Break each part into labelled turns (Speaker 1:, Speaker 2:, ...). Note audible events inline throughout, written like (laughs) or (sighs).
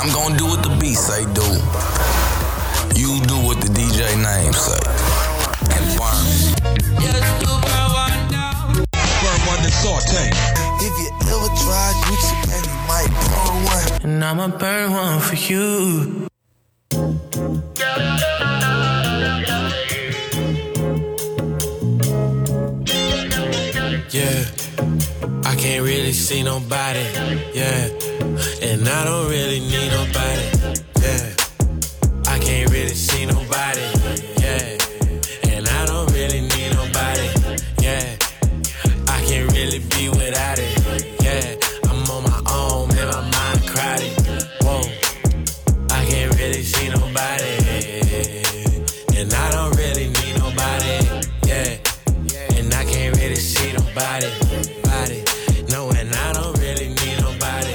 Speaker 1: I'm gonna do what the beat say do. You do what the DJ name say. And burn it.
Speaker 2: Burn one and saute.
Speaker 3: If you ever try Gucci, man, you might burn one.
Speaker 4: And I'ma burn one for you. Yeah, I can't really see nobody. Yeah, and I don't really need nobody. Yeah, I can't really see nobody. Yeah, and I don't really need nobody. Yeah, I can't really be without it. Yeah, I'm on my own, man. My mind crowded. Whoa. I can't really see nobody. And I don't really need nobody. Yeah. And I can't really see nobody. Body. No, and I don't really need nobody.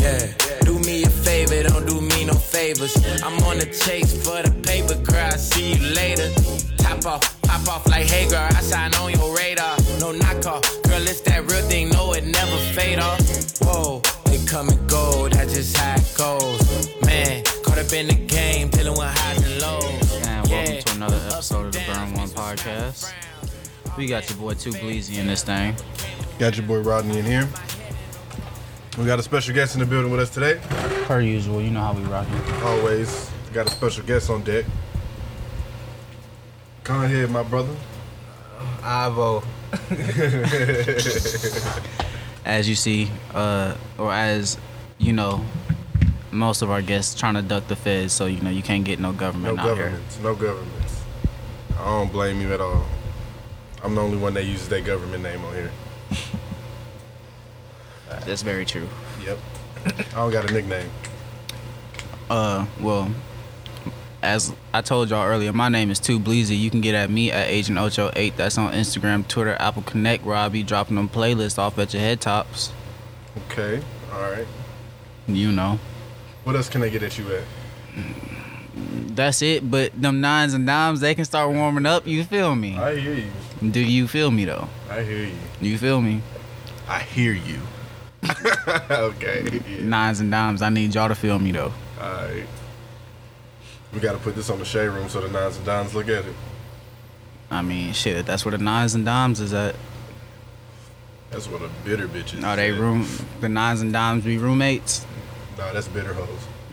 Speaker 4: Yeah. Do me a favor, don't do me no favors. I'm on the chase for the paper, girl. I see you later. Top off, pop off like hey girl, I sign on your radar. No knockoff, girl, it's that real thing. No, it never fade off. Whoa, it come and go, that's just how it goes. Man, caught up in the game, dealing with highs and lows.
Speaker 5: And welcome
Speaker 4: Yeah.
Speaker 5: to another episode of the Burn One Podcast. We got your boy Two Bleezy in this thing.
Speaker 6: Got your boy Rodney in here. We got a special guest in the building with us today.
Speaker 5: Per usual, you know how we rockin'.
Speaker 6: Always got a special guest on deck. Con here, my brother.
Speaker 7: Ivo.
Speaker 5: As you see, uh, or as you know, most of our guests trying to duck the feds, so you know you can't get no
Speaker 6: No
Speaker 5: government out here.
Speaker 6: governments. No governments. I don't blame you at all. I'm the only one that uses that government name on here.
Speaker 5: That's very true.
Speaker 6: Yep. (coughs) I don't got a nickname.
Speaker 5: Uh, well, as I told y'all earlier, my name is Two Bleezy. You can get at me at Agent Ocho Eight. That's on Instagram, Twitter, Apple Connect. Robbie dropping them playlists off at your head tops.
Speaker 6: Okay. All right.
Speaker 5: You know.
Speaker 6: What else can I get at you at?
Speaker 5: That's it, but them nines and dimes, they can start warming up. You feel me?
Speaker 6: I hear you.
Speaker 5: Do you feel me though?
Speaker 6: I hear you.
Speaker 5: You feel me?
Speaker 6: I hear you. (laughs) okay.
Speaker 5: (laughs)
Speaker 6: yeah.
Speaker 5: Nines and dimes, I need y'all to feel me though.
Speaker 6: Alright. We gotta put this on the shade room so the nines and dons look at it.
Speaker 5: I mean, shit, that's where the nines and dimes is at.
Speaker 6: That's what a bitter bitch is.
Speaker 5: Are they room? The nines and dimes be roommates?
Speaker 6: Nah, that's bitter hoes.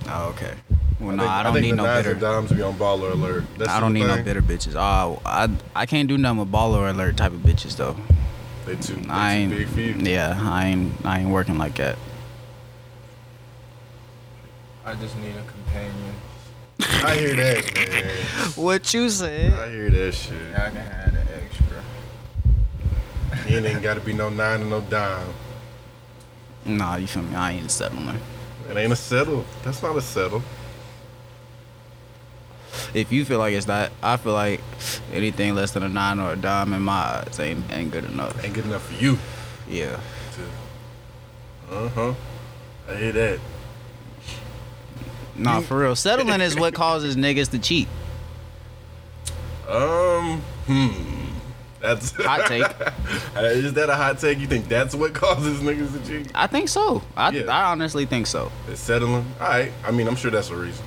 Speaker 5: Oh, okay. Well,
Speaker 6: think-
Speaker 5: no, I don't
Speaker 6: think
Speaker 5: need
Speaker 6: the
Speaker 5: no
Speaker 6: nines
Speaker 5: bitter.
Speaker 6: and dimes be on baller alert. That's
Speaker 5: I don't
Speaker 6: the
Speaker 5: need no
Speaker 6: thing.
Speaker 5: bitter bitches. Oh, I I can't do nothing with baller alert type of bitches though.
Speaker 6: They too, they
Speaker 5: I
Speaker 6: too big for you.
Speaker 5: ain't. Yeah, I ain't. I ain't working like that.
Speaker 7: I just need a companion.
Speaker 6: I hear that, man.
Speaker 5: What you said?
Speaker 6: I hear that shit.
Speaker 7: I can have an extra.
Speaker 6: It ain't gotta be no nine and no dime.
Speaker 5: Nah, you feel me? I ain't settling.
Speaker 6: It ain't a settle. That's not a settle.
Speaker 5: if you feel like it's not, I feel like anything less than a nine or a dime in my eyes ain't ain't good enough.
Speaker 6: Ain't good enough for you.
Speaker 5: Yeah,
Speaker 6: Uh huh. I hear that.
Speaker 5: nah, for real. Settling is what causes niggas to cheat.
Speaker 6: Um, hmm. That's
Speaker 5: Hot take.
Speaker 6: Uh, is that a hot take? You think that's what (laughs) causes niggas to cheat?
Speaker 5: I think so. I
Speaker 6: Yeah.
Speaker 5: I honestly think so.
Speaker 6: It's settling. All right. I mean, I'm sure that's a reason.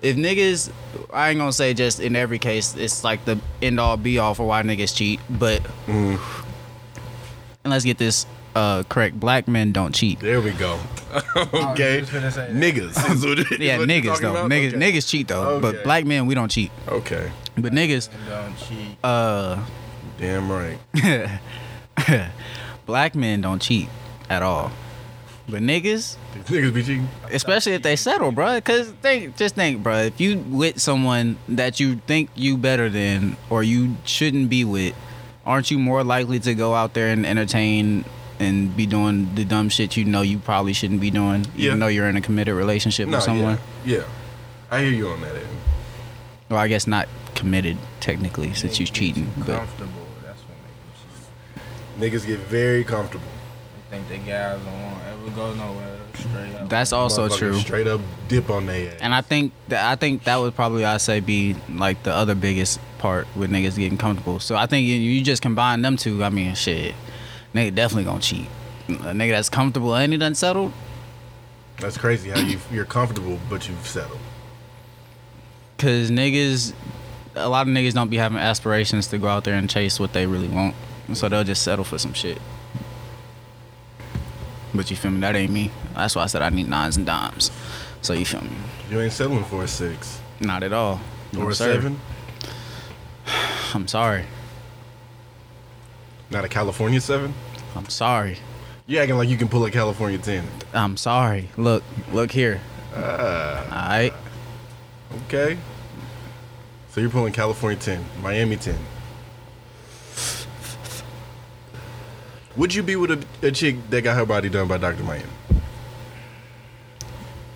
Speaker 5: If niggas, I ain't gonna say just in every case, it's like the end all be all for why niggas cheat. But
Speaker 6: Mm.
Speaker 5: and let's get this uh correct. Black men don't cheat.
Speaker 6: There we
Speaker 7: (laughs)
Speaker 6: go. okay.
Speaker 7: just gonna say that.
Speaker 6: Niggas. is what it-
Speaker 5: Yeah,
Speaker 6: what you're
Speaker 5: niggas
Speaker 6: talking
Speaker 5: though.
Speaker 6: about?
Speaker 5: Niggas
Speaker 6: Okay.
Speaker 5: niggas cheat though. But
Speaker 6: Okay.
Speaker 5: black men we don't cheat.
Speaker 6: Okay.
Speaker 5: But niggas,
Speaker 7: And don't cheat.
Speaker 5: uh.
Speaker 6: Damn right.
Speaker 5: black men don't cheat at all. But niggas,
Speaker 6: These niggas be cheating.
Speaker 5: especially if they settle, bruh, cause think just think, bruh, if you with someone that you think you better than or you shouldn't be with, aren't you more likely to go out there and entertain and be doing the dumb shit you know you probably shouldn't be doing, even
Speaker 6: Yeah.
Speaker 5: though you're in a committed relationship
Speaker 6: No,
Speaker 5: with someone?
Speaker 6: Yeah. yeah. I hear you on that end.
Speaker 5: Well, I guess not committed technically since you're
Speaker 7: Niggas get
Speaker 5: cheating,
Speaker 7: too
Speaker 5: but
Speaker 7: comfortable. That's what makes them cheat.
Speaker 6: Niggas get very comfortable.
Speaker 7: They think they guys don't want to ever go nowhere. Straight up.
Speaker 5: that's also
Speaker 6: Motherfuckers
Speaker 5: true.
Speaker 6: Straight up dip on their ass.
Speaker 5: And I think that I think that would probably I say be like the other biggest part with niggas getting comfortable. So I think you, you just combine them two. I mean, shit, nigga definitely gonna cheat. A nigga that's comfortable and he done settled.
Speaker 6: That's crazy how you you're comfortable but you've settled.
Speaker 5: Cause niggas, a lot of niggas don't be having aspirations to go out there and chase what they really want, so they'll just settle for some shit. But you feel me? That ain't me. That's why I said I need nines and dimes. So you feel me?
Speaker 6: You ain't settling for a six
Speaker 5: Not at all.
Speaker 6: or
Speaker 5: No,
Speaker 6: a
Speaker 5: sir.
Speaker 6: seven.
Speaker 5: I'm sorry.
Speaker 6: Not a California seven.
Speaker 5: I'm sorry.
Speaker 6: You acting like you can pull a California ten.
Speaker 5: I'm sorry. Look, look here.
Speaker 6: Uh.
Speaker 5: all right.
Speaker 6: Okay. So you're pulling California 10, Miami 10. Would you be with a, a chick that got her body done by Dr. Miami?
Speaker 7: Yes.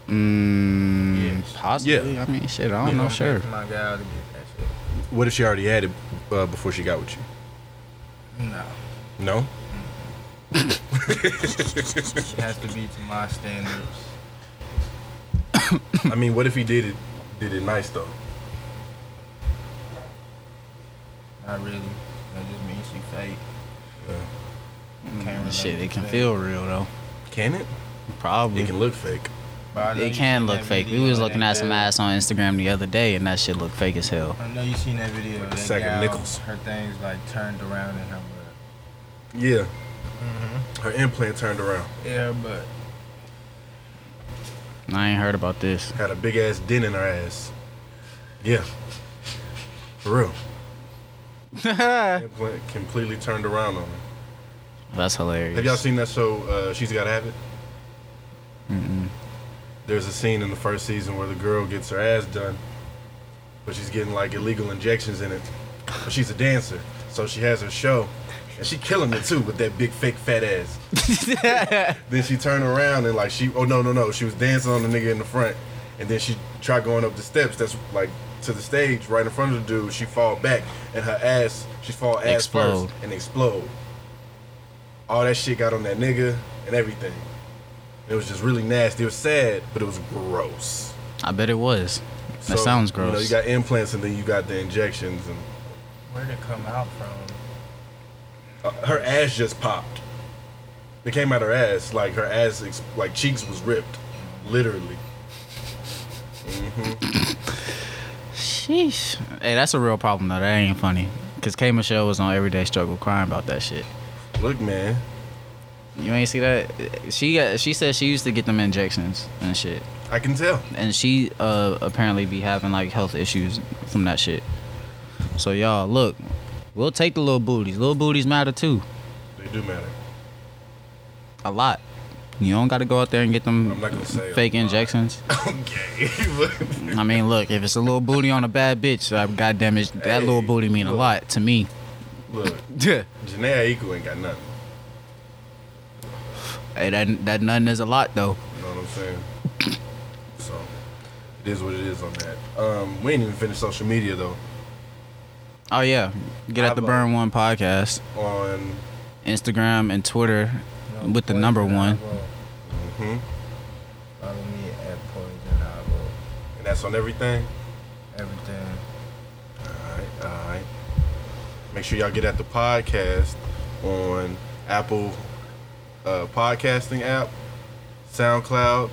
Speaker 5: Mm, Possibly. I mean, shit. I don't know. Sure.
Speaker 7: My gal to get that shit.
Speaker 6: What if she already had it uh, before she got with you?
Speaker 7: No.
Speaker 6: (laughs) No?
Speaker 7: She has to be to my standards.
Speaker 6: I mean, what if he did it did it nice though?
Speaker 7: Not really. That just means she fake. Can't relate
Speaker 5: Shit, it
Speaker 7: to
Speaker 5: can
Speaker 7: that.
Speaker 5: feel real though.
Speaker 6: Can it?
Speaker 5: Probably.
Speaker 6: It can look fake.
Speaker 7: But I know you
Speaker 5: It can
Speaker 7: seen
Speaker 5: look
Speaker 7: that
Speaker 5: fake. We
Speaker 7: video
Speaker 5: was
Speaker 7: of
Speaker 5: looking
Speaker 7: that
Speaker 5: at some
Speaker 7: girl.
Speaker 5: ass on Instagram the other day, and that shit looked fake as hell.
Speaker 7: I know you seen that video. Of that
Speaker 6: sack of
Speaker 7: gal,
Speaker 6: nickels.
Speaker 7: Her things like turned around in her butt.
Speaker 6: Yeah. Her implant turned around.
Speaker 7: Yeah, but
Speaker 5: I ain't heard
Speaker 6: (laughs)
Speaker 5: about this.
Speaker 6: Had a big ass dent in her ass. Yeah. For real. implant completely turned around on her.
Speaker 5: That's hilarious.
Speaker 6: Have y'all seen that show? Uh, She's got to have it. There's a scene in the first season where the girl gets her ass done, but she's getting like illegal injections in it. But she's a dancer, so she has her show, and she killing it too with that big fake fat ass. then she turned around and like she, oh no no no, she was dancing on the nigga in the front, and then she tried going up the steps. That's like to the stage right in front of the dude. She fall back and her ass, she fall ass
Speaker 5: Explode.
Speaker 6: first and explode all that shit got on that nigga and everything. It was just really nasty. It was sad, but it was gross.
Speaker 5: I bet it was. That
Speaker 6: So,
Speaker 5: sounds
Speaker 6: You know,
Speaker 5: gross.
Speaker 6: you got implants and then you got the injections, and
Speaker 7: where'd it come out from?
Speaker 6: uh, her ass just popped. It came out her ass like her ass, ex- like cheeks was ripped, literally.
Speaker 5: Sheesh. Hey, that's a real problem though. That ain't funny. Cause K Michelle was on Everyday Struggle crying about that shit.
Speaker 6: Look, man,
Speaker 5: You ain't see that? She got. She said she used to get them injections and shit,
Speaker 6: I can tell.
Speaker 5: and she uh apparently be having like health issues from that shit. So y'all look, we'll take the little booties. Little booties matter too,
Speaker 6: They do matter. (laughs)
Speaker 5: a lot. You don't got to go out there and get them
Speaker 6: I'm not gonna say a
Speaker 5: fake injections.
Speaker 6: Okay, (laughs) but
Speaker 5: I mean, look, if it's a little booty on a bad bitch, uh, goddamn it, that little
Speaker 6: Hey,
Speaker 5: booty mean a
Speaker 6: look.
Speaker 5: lot
Speaker 6: (laughs)
Speaker 5: to me.
Speaker 6: look,
Speaker 5: hey,
Speaker 6: Janae Aiko ain't got nothing.
Speaker 5: that that nothing is a lot though.
Speaker 6: You know what I'm saying? So it is what it is on that. Um, we ain't even finished social media though.
Speaker 5: Oh yeah, get at the
Speaker 6: Bravo.
Speaker 5: Burn One podcast,
Speaker 6: on
Speaker 5: Instagram and Twitter, with the
Speaker 7: Poison
Speaker 6: (laughs)
Speaker 5: number one.
Speaker 7: Ivor.
Speaker 6: hmm
Speaker 7: Follow me at Poison Ivor.
Speaker 6: and that's on everything.
Speaker 7: Everything.
Speaker 6: All right, all right. Make sure y'all get at the podcast on Apple uh, podcasting app, SoundCloud,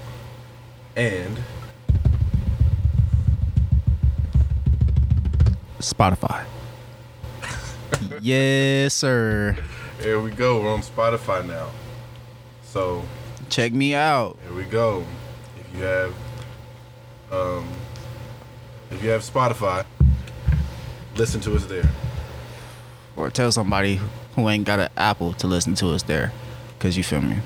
Speaker 6: and
Speaker 5: Spotify. yes, sir.
Speaker 6: here we go. We're on Spotify now. So
Speaker 5: Check me out.
Speaker 6: here we go. If you have, um, if you have Spotify, listen to us there.
Speaker 5: Or tell somebody who ain't got an Apple to listen to us there. Cause you feel me.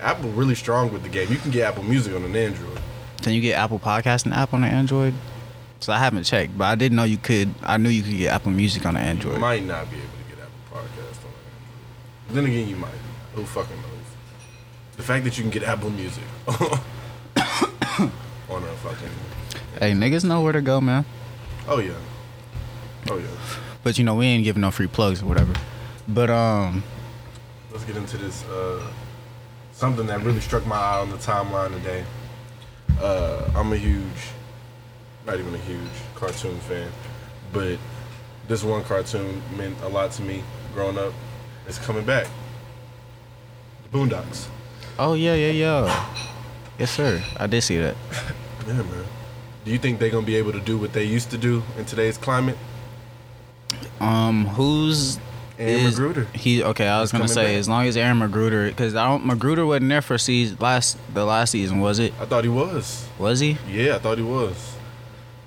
Speaker 6: Apple really strong with the game. You can get Apple Music on an Android.
Speaker 5: Can you get Apple Podcasting app on the Android? So I haven't checked, but I didn't know you could. I knew you could get Apple Music on the Android.
Speaker 6: might not be able to get Apple Podcast on Android. Then again, you might. Who fucking knows? The fact that you can get Apple Music (coughs) on a fucking
Speaker 5: Hey, niggas know where to go, man.
Speaker 6: oh yeah, oh yeah.
Speaker 5: But you know, we ain't giving no free plugs or whatever. But um,
Speaker 6: Let's get into this. Uh, something that really struck my eye on the timeline today. Uh, I'm a huge, not even a huge cartoon fan, but this one cartoon meant a lot to me growing up. It's coming back. The Boondocks.
Speaker 5: oh yeah, yeah, yeah. Yes, sir. I did see that.
Speaker 6: Yeah, man. Do you think they're gonna be able to do what they used to do in today's climate?
Speaker 5: Um, who's
Speaker 6: Aaron
Speaker 5: is-
Speaker 6: Magruder.
Speaker 5: He okay. I was
Speaker 6: He's
Speaker 5: gonna
Speaker 6: coming
Speaker 5: say
Speaker 6: back.
Speaker 5: as long as Aaron Magruder, because I don't Magruder wasn't there for season last the last season was it?
Speaker 6: I thought he was.
Speaker 5: Was he?
Speaker 6: Yeah, I thought he was.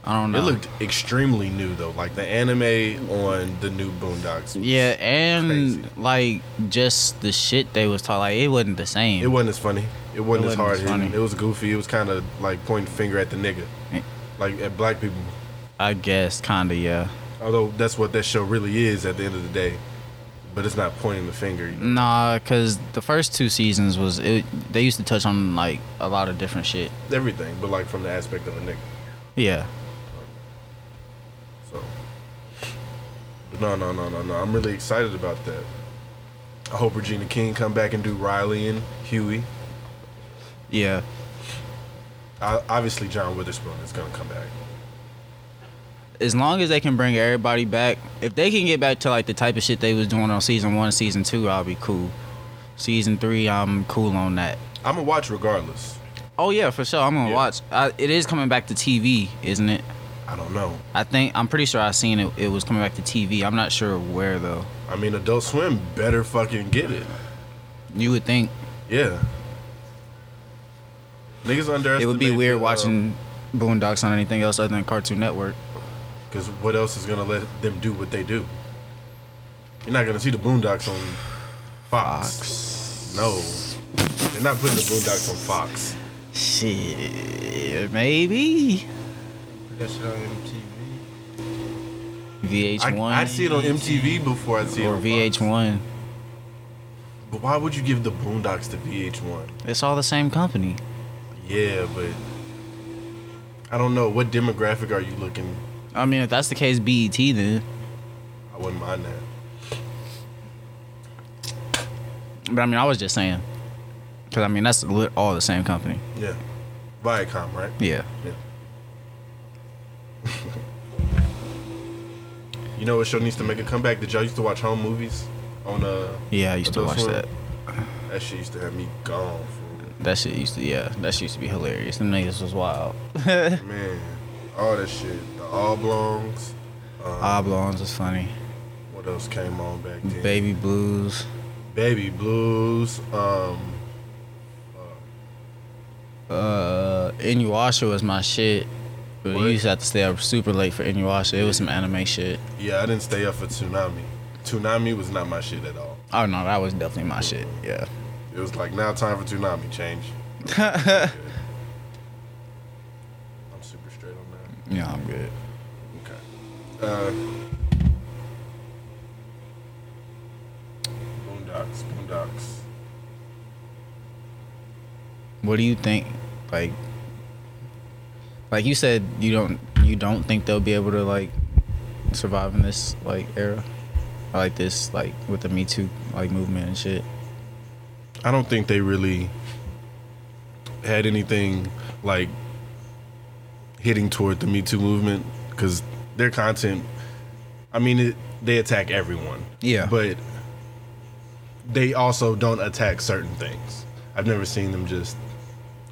Speaker 5: I don't know.
Speaker 6: It looked extremely new though, like the anime on the new Boondocks. was
Speaker 5: yeah, and
Speaker 6: crazy.
Speaker 5: like just the shit they was talking, like it wasn't the same.
Speaker 6: It wasn't as funny. It wasn't,
Speaker 5: It
Speaker 6: as
Speaker 5: wasn't
Speaker 6: hard
Speaker 5: as
Speaker 6: hitting.
Speaker 5: funny.
Speaker 6: It was goofy. It was kind of like pointing the finger at the nigga,
Speaker 5: Eh.
Speaker 6: like at black people.
Speaker 5: I guess, kinda, yeah.
Speaker 6: Although that's what that show really is at the end of the day, but it's not pointing the finger. you know?
Speaker 5: Nah, cause the first two seasons was it. They used to touch on like a lot of different shit.
Speaker 6: Everything, but like from the aspect of a nigga.
Speaker 5: Yeah.
Speaker 6: So, but no, no, no, no, no. I'm really excited about that. I hope Regina King come back and do Riley and Huey.
Speaker 5: Yeah.
Speaker 6: I, obviously, John Witherspoon is gonna come back.
Speaker 5: as long as they can bring everybody back, if they can get back to like the type of shit they was doing on season one, season two, I'll be cool. Season three, I'm cool on that.
Speaker 6: I'm gonna watch regardless.
Speaker 5: Oh yeah, for sure. I'm gonna
Speaker 6: Yeah.
Speaker 5: watch. I, it is coming back to TV, isn't it?
Speaker 6: I don't know.
Speaker 5: I think I'm pretty sure I seen it. It was coming back to TV. I'm not sure where though.
Speaker 6: I mean, Adult Swim better fucking get it.
Speaker 5: You would think
Speaker 6: Yeah. Niggas underestimate.
Speaker 5: it would be weird
Speaker 6: the, uh,
Speaker 5: watching Boondocks on anything else other than Cartoon Network.
Speaker 6: Cause what else is gonna let them do what they do? You're not gonna see the Boondocks on Fox. No, they're not putting the Boondocks on Fox.
Speaker 5: Shit, maybe
Speaker 7: That shit on MTV.
Speaker 5: VH1
Speaker 6: I, I'd see it on MTV before I'd see it
Speaker 5: or
Speaker 6: on Fox.
Speaker 5: VH1.
Speaker 6: But why would you give the Boondocks to VH1?
Speaker 5: It's all the same company.
Speaker 6: Yeah, but I don't know what demographic are you looking.
Speaker 5: I mean, if that's the case, BET then.
Speaker 6: I wouldn't mind that.
Speaker 5: But I mean, I was just saying, because I mean, that's lit- all the same company.
Speaker 6: Yeah, Viacom, right?
Speaker 5: Yeah.
Speaker 6: Yeah. you know what show needs to make a comeback? Did y'all used to watch home movies on uh
Speaker 5: Yeah, I used to
Speaker 6: Adult
Speaker 5: watch
Speaker 6: Swim?
Speaker 5: that.
Speaker 6: That shit used to have me gone fool.
Speaker 5: That shit used to, yeah, that shit used to be hilarious. Them niggas was wild.
Speaker 6: Man, all that shit. The oblongs.
Speaker 5: Oblongs was funny.
Speaker 6: What else came on back then?
Speaker 5: Baby Blues.
Speaker 6: Baby blues. Um
Speaker 5: Uh, Inuyasha was my shit. But
Speaker 6: What?
Speaker 5: you used to have to stay up super late for Inuyasha. It was some anime shit.
Speaker 6: yeah, I didn't stay up for tsunami. Tsunami was not my shit at all.
Speaker 5: Oh no, that was definitely my shit. Yeah.
Speaker 6: It was like now time for tsunami change. I'm super straight on that.
Speaker 5: Yeah, I'm good.
Speaker 6: Okay. Uh, boondocks, boondocks.
Speaker 5: What do you think? Like, like you said, you don't you don't think they'll be able to like survive in this like era, Or, like this like with the Me Too like movement and shit.
Speaker 6: I don't think they really had anything like hitting toward the Me Too movement because their content. I mean, it, they attack everyone.
Speaker 5: Yeah.
Speaker 6: But they also don't attack certain things. I've never seen them just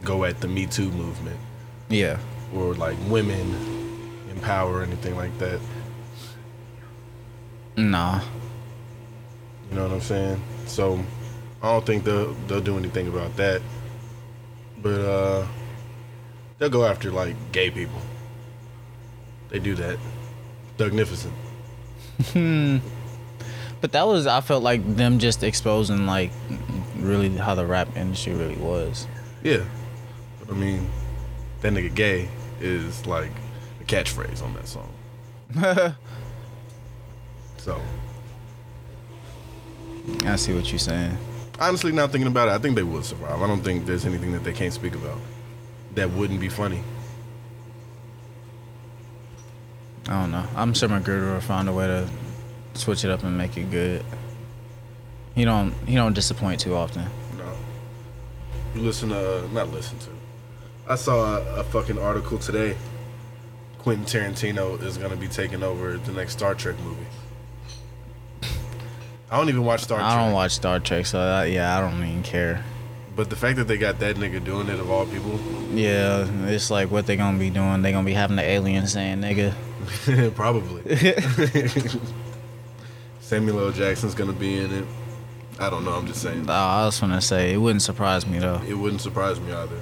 Speaker 6: go at the Me Too movement.
Speaker 5: Yeah,
Speaker 6: or like women in power or anything like that.
Speaker 5: nah.
Speaker 6: You know what I'm saying? So I don't think they'll they'll do anything about that. But uh they'll go after like gay people. They do that. Magnificent.
Speaker 5: But that was I felt like them just exposing like really how the rap industry really was.
Speaker 6: Yeah. But I mean, that nigga gay is like a catchphrase on that song. so
Speaker 5: I see what you're saying.
Speaker 6: honestly not thinking about it, I think they would survive. I don't think there's anything that they can't speak about that wouldn't be funny.
Speaker 5: I don't know. I'm sure Magruder will find a way to switch it up and make it good. He don't he don't disappoint too often.
Speaker 6: No. You listen to not listen to. I saw a, a fucking article today. Quentin Tarantino is gonna be taking over the next Star Trek movie. I don't even watch Star Trek,
Speaker 5: uh, I don't watch Star Trek, so I, yeah, I don't even care.
Speaker 6: But the fact that they got that nigga doing it of all people, (laughs)
Speaker 5: Yeah, it's like what they gonna be doing. They gonna be having the aliens saying, "Nigga,
Speaker 6: probably. Samuel L. Jackson's gonna be in it. I don't know. I'm just saying.
Speaker 5: oh, I was gonna say it wouldn't surprise me though."
Speaker 6: It wouldn't surprise me either.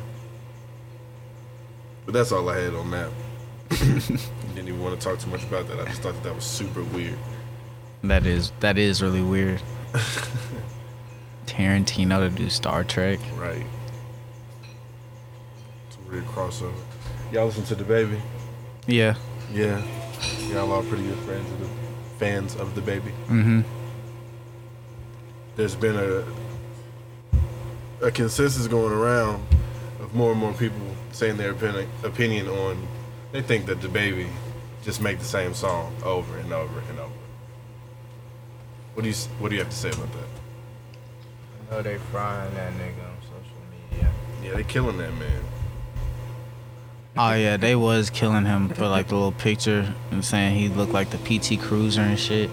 Speaker 6: But that's all I had on that. Didn't even want to talk too much about that. I just thought that, that was super weird.
Speaker 5: That is that is really weird. Tarantino to do Star Trek.
Speaker 6: Right. It's a weird crossover. Y'all listen to the baby?
Speaker 5: Yeah.
Speaker 6: Yeah. Y'all are pretty good friends of the fans of the baby.
Speaker 5: Mm-hmm.
Speaker 6: There's been a a consensus going around of more and more people saying their opinion, opinion on they think that the baby just make the same song over and over and over. What do you s- What do you have to say about that?
Speaker 7: I know they frying that nigga on social media.
Speaker 6: Yeah, they killing that man.
Speaker 5: Oh yeah, they was killing him for like the little picture and saying he looked like the PT Cruiser and shit.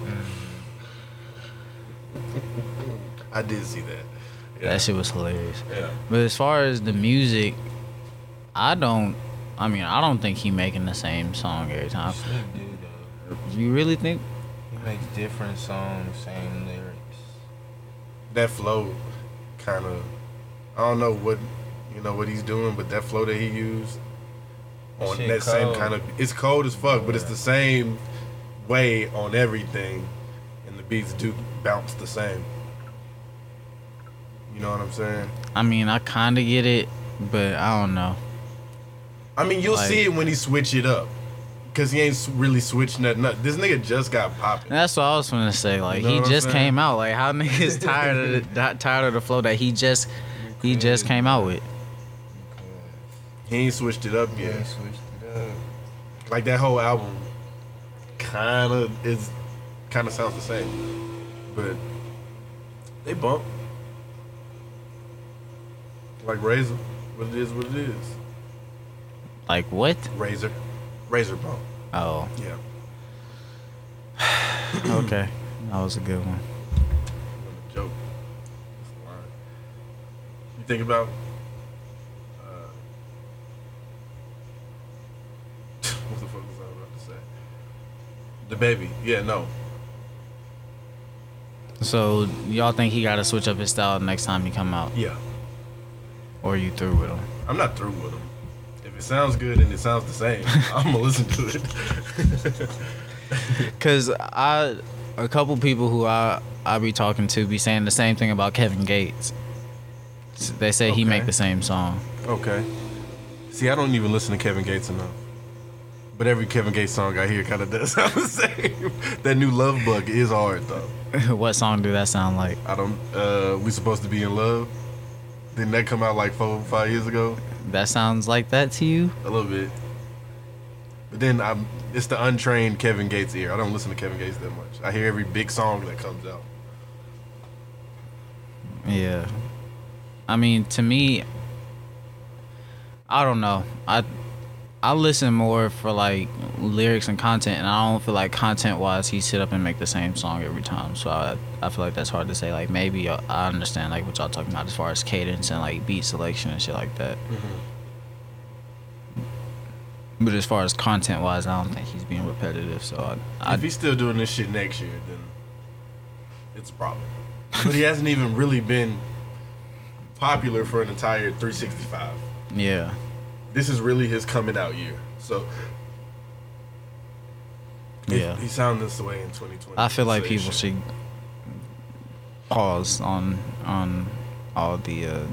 Speaker 6: I did see that.
Speaker 5: That shit was hilarious.
Speaker 6: Yeah.
Speaker 5: But as far as the music, I don't. I mean, I don't think he making the same song every time.
Speaker 7: Snoop do though.
Speaker 5: You really think?
Speaker 7: He makes different songs, same lyrics.
Speaker 6: that flow kind of I don't know what you know what he's doing, but that flow that he used on
Speaker 7: Shit
Speaker 6: that same
Speaker 7: cold.
Speaker 6: kind of it's cold as fuck, but it's the same way on everything, and the beats do bounce the same. You know what I'm saying?
Speaker 5: I mean, I kind of get it, but I don't know.
Speaker 6: I mean, you'll
Speaker 5: Like-
Speaker 6: see it when he switch it up, cause he ain't s- really switching nothing up. This nigga just got
Speaker 5: And
Speaker 6: popping.
Speaker 5: that's what I was gonna say. Like
Speaker 6: know what
Speaker 5: he
Speaker 6: I'm
Speaker 5: just
Speaker 6: saying?
Speaker 5: came out. Like
Speaker 6: (laughs)
Speaker 5: how (laughs) niggas tired of the, di- tired of the flow that he just he just came out with.
Speaker 6: He ain't switched it up
Speaker 7: Yeah,
Speaker 6: yet.
Speaker 7: he switched it up.
Speaker 6: Like that whole album, kind of is, kind of sounds the same, but they bump. Like Razor, what it is, what it is.
Speaker 5: Like what?
Speaker 6: Razor, Razor bump.
Speaker 5: Oh,
Speaker 6: Yeah.
Speaker 5: (coughs) okay. That was a good one.
Speaker 6: Wasn't a joke. It's a line. You think about uh, (laughs) what the fuck was I about to say? The baby, yeah, no,
Speaker 5: So y'all think he gotta switch up his style next time he come out,
Speaker 6: yeah.
Speaker 5: or you through with him?
Speaker 6: I'm not through with them. If it sounds good and it sounds the same, (laughs) I'm gonna listen to it.
Speaker 5: Cause I, a couple people who I I be talking to be saying the same thing about Kevin Gates. S- They say he make
Speaker 6: Okay.
Speaker 5: the same song. (laughs)
Speaker 6: okay. See, I don't even listen to Kevin Gates enough. But every Kevin Gates song I hear kind of does (laughs) sound the same. that new Love Bug is hard though.
Speaker 5: what song do that sound like?
Speaker 6: I don't. Uh, we supposed to be in love. Didn't that come out like four, five years ago?
Speaker 5: That sounds like that to you?
Speaker 6: A little bit. But then I'm. It's the untrained Kevin Gates ear. I don't listen to Kevin Gates that much. I hear every big song that comes out.
Speaker 5: Yeah. I mean, to me, I don't know. I I listen more for like lyrics and content, and I don't feel like content wise he sit up and make the same song every time. So I I feel like that's hard to say. Like maybe I I understand like what y'all talking about as far as cadence and like beat selection and shit like that. But as far as content wise, I don't think he's being repetitive. So I, I
Speaker 6: if he's still doing this shit next year, then it's a problem. But he hasn't even really been popular for an entire 365.
Speaker 5: yeah.
Speaker 6: This is really his coming out year. So he-
Speaker 5: Yeah.
Speaker 6: he sound this way in 2020.
Speaker 5: I feel like
Speaker 6: So
Speaker 5: people should pause on on all the uh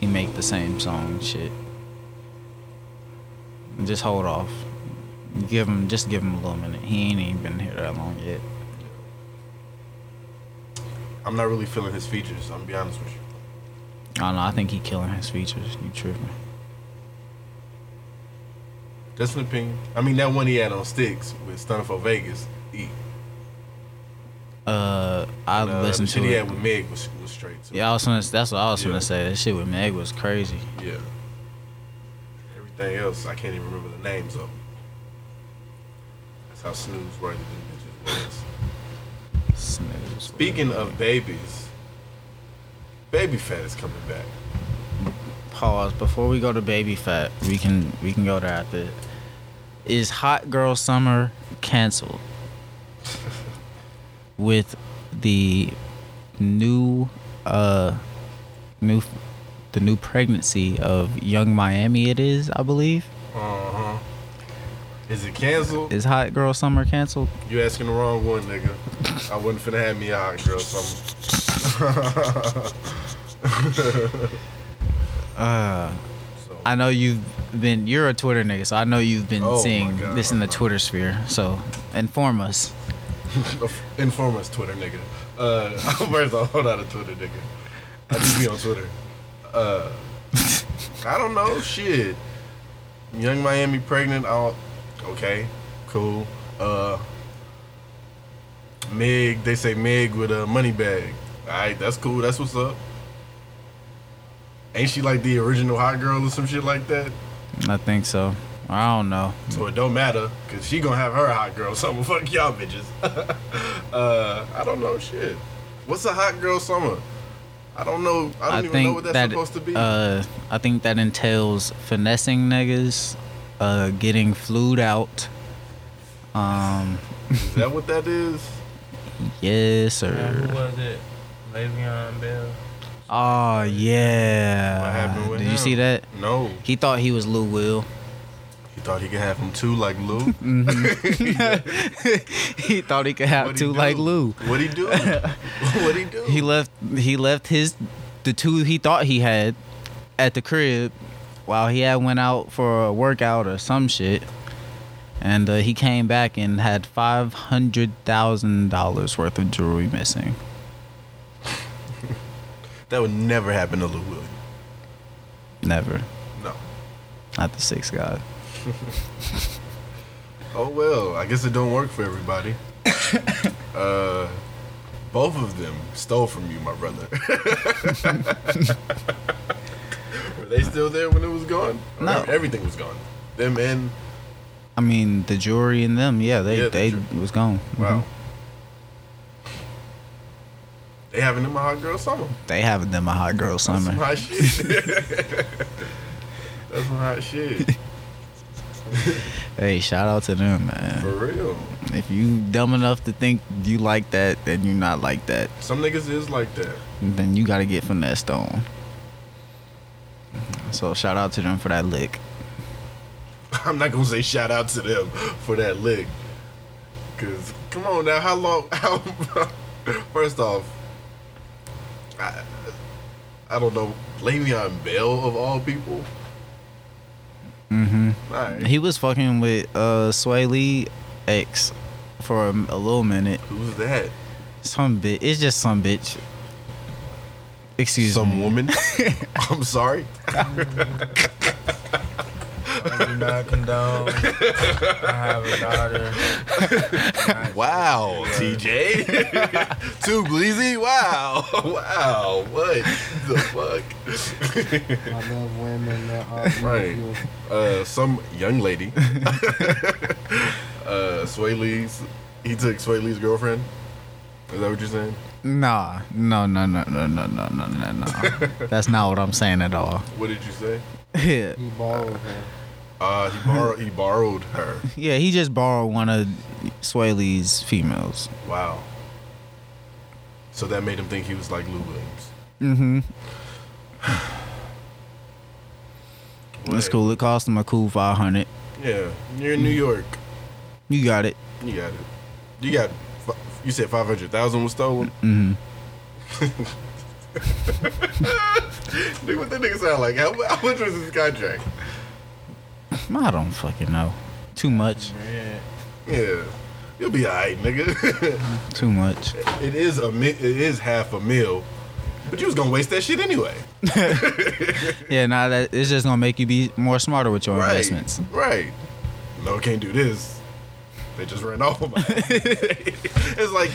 Speaker 5: he make the same song shit. Just hold off. Give him just give him a little minute. He ain't even been here that long yet.
Speaker 6: I'm not really feeling his features. I'm gonna be honest with you.
Speaker 5: I don't know, I think he killing his features. You tripping.
Speaker 6: That's an opinion. I mean, that one he had on Sticks with Stunner for Vegas. He,
Speaker 5: Uh I
Speaker 6: uh,
Speaker 5: listened
Speaker 6: the
Speaker 5: to
Speaker 6: shit he
Speaker 5: it.
Speaker 6: had with Meg was, was straight too.
Speaker 5: yeah, I was gonna, that's what I was
Speaker 6: Yeah.
Speaker 5: gonna say. That shit with Meg was crazy.
Speaker 6: Yeah. Everything else, I can't even remember the names of them. That's how snooze-worthy them bitches was.
Speaker 5: Snooze.
Speaker 6: Speaking of babies, Baby Fat is coming back.
Speaker 5: pause before we go to baby fat. We can we can go there after. Is Hot Girl Summer canceled (laughs) with the new uh new the new pregnancy of Young Miami? It is, I believe.
Speaker 6: Uh huh. Is it canceled?
Speaker 5: Is Hot Girl Summer canceled?
Speaker 6: You asking the wrong one, nigga. I wouldn't finna have me a hot girl summer.
Speaker 5: Uh,
Speaker 6: so,
Speaker 5: I know you've been. You're a Twitter nigga, so I know you've been
Speaker 6: Oh my
Speaker 5: seeing
Speaker 6: God.
Speaker 5: this in the Twitter sphere. So inform us.
Speaker 6: inform us, Twitter nigga. Uh, (laughs) where's the whole lot of Twitter nigga? I just be on Twitter. Uh, I don't know. Shit. Young Miami pregnant. All okay. Cool. Uh, Meg. They say Meg with a money bag. All right, that's cool. That's what's up. Ain't she like the original hot girl or some shit like that?
Speaker 5: I think so. I don't know.
Speaker 6: So it don't matter, cause she gonna have her hot girl summer. (laughs) Fuck y'all bitches. uh, I don't know shit. What's a hot girl summer? I don't know. I don't even know what that's supposed to be.
Speaker 5: Uh, I think that entails finessing niggas, uh, getting flued out. Um,
Speaker 6: is that what that is?
Speaker 5: yes
Speaker 7: Yeah,
Speaker 5: sir.
Speaker 7: who was it? Le'Veon Bell.
Speaker 5: Oh yeah.
Speaker 6: What happened with
Speaker 5: Did
Speaker 6: him?
Speaker 5: you see that?
Speaker 6: No.
Speaker 5: He thought he was Lou Will. (laughs)
Speaker 6: He thought he could have him too, like Lou.
Speaker 5: he thought he could have
Speaker 6: What'd he
Speaker 5: two like
Speaker 6: do?
Speaker 5: Lou.
Speaker 6: What'd he
Speaker 5: (laughs)
Speaker 6: do? What'd he do?
Speaker 5: He left. He left his the two he thought he had at the crib while he had went out for a workout or some shit, and uh, he came back and had five hundred thousand dollars worth of jewelry missing.
Speaker 6: that would never happen to Lou Williams.
Speaker 5: Never.
Speaker 6: No.
Speaker 5: Not the sixth god.
Speaker 6: Oh well, I guess it don't work for everybody. uh, both of them stole from you, my brother. Were they still there when it was gone? Or
Speaker 5: No.
Speaker 6: everything was gone. Them and
Speaker 5: I mean, the jewelry in them, yeah, they
Speaker 6: Yeah, the
Speaker 5: they
Speaker 6: jewel-
Speaker 5: was gone.
Speaker 6: wow,
Speaker 5: Mhm.
Speaker 6: they having them a hot girl summer.
Speaker 5: They having them a hot girl
Speaker 6: That's some
Speaker 5: summer.
Speaker 6: hot shit. That's some hot shit
Speaker 5: Hey, shout out to them, man.
Speaker 6: for real.
Speaker 5: If you dumb enough to think you like that, then you not like that.
Speaker 6: Some niggas is like that.
Speaker 5: then you gotta get finessed on. So shout out to them for that lick.
Speaker 6: (laughs) I'm not gonna say shout out to them for that lick. Cause come on now, how long? (laughs) How first off, I I don't know Le'Veon Bell of all people.
Speaker 5: hmm
Speaker 6: All right,
Speaker 5: He was fucking with uh Sway Lee X for a, a little minute.
Speaker 6: who's that?
Speaker 5: Some bitch. It's just some bitch. Excuse
Speaker 6: Some
Speaker 5: me. (laughs)
Speaker 6: woman. I'm sorry.
Speaker 7: I do not condone. I have a daughter.
Speaker 6: Wow, TJ. Too bleezy. (laughs) Wow, Oh, wow. What the fuck?
Speaker 8: I love women
Speaker 6: (laughs)
Speaker 8: that are
Speaker 6: Right. Uh, some young
Speaker 8: (laughs)
Speaker 6: lady. uh, Sway Lee's. He took Sway Lee's girlfriend. Is that what you're saying?
Speaker 5: Nah, no, no, no, no, no, no, no, no, (laughs) no. That's not what I'm saying at all.
Speaker 6: What did you say?
Speaker 5: (laughs) Yeah,
Speaker 8: He borrowed her.
Speaker 6: Uh, he, borrow- he borrowed her.
Speaker 5: yeah. He just borrowed one of Sway Lee's females.
Speaker 6: Wow. So that made him think he was like Lou Williams.
Speaker 5: (sighs) Mm-hmm. That's
Speaker 6: Whatever.
Speaker 5: cool. It cost him a cool five hundred.
Speaker 6: Yeah, you're in New York.
Speaker 5: You got it.
Speaker 6: You got it. You got. fi- You said five hundred thousand was stolen.
Speaker 5: Mm-hmm.
Speaker 6: (laughs) Nigga, what that nigga sound like? How, mu- how much was his contract?
Speaker 5: I don't fucking know. Too much.
Speaker 6: Yeah, you'll be alright, nigga. (laughs)
Speaker 5: Too much.
Speaker 6: It is a mi- it is half a meal, but you was gonna waste that shit anyway.
Speaker 5: Yeah, nah, that it's just gonna make you be more smarter with your investments.
Speaker 6: Right. No, can't do this. They just ran off.
Speaker 5: (laughs)
Speaker 6: of my- it's like,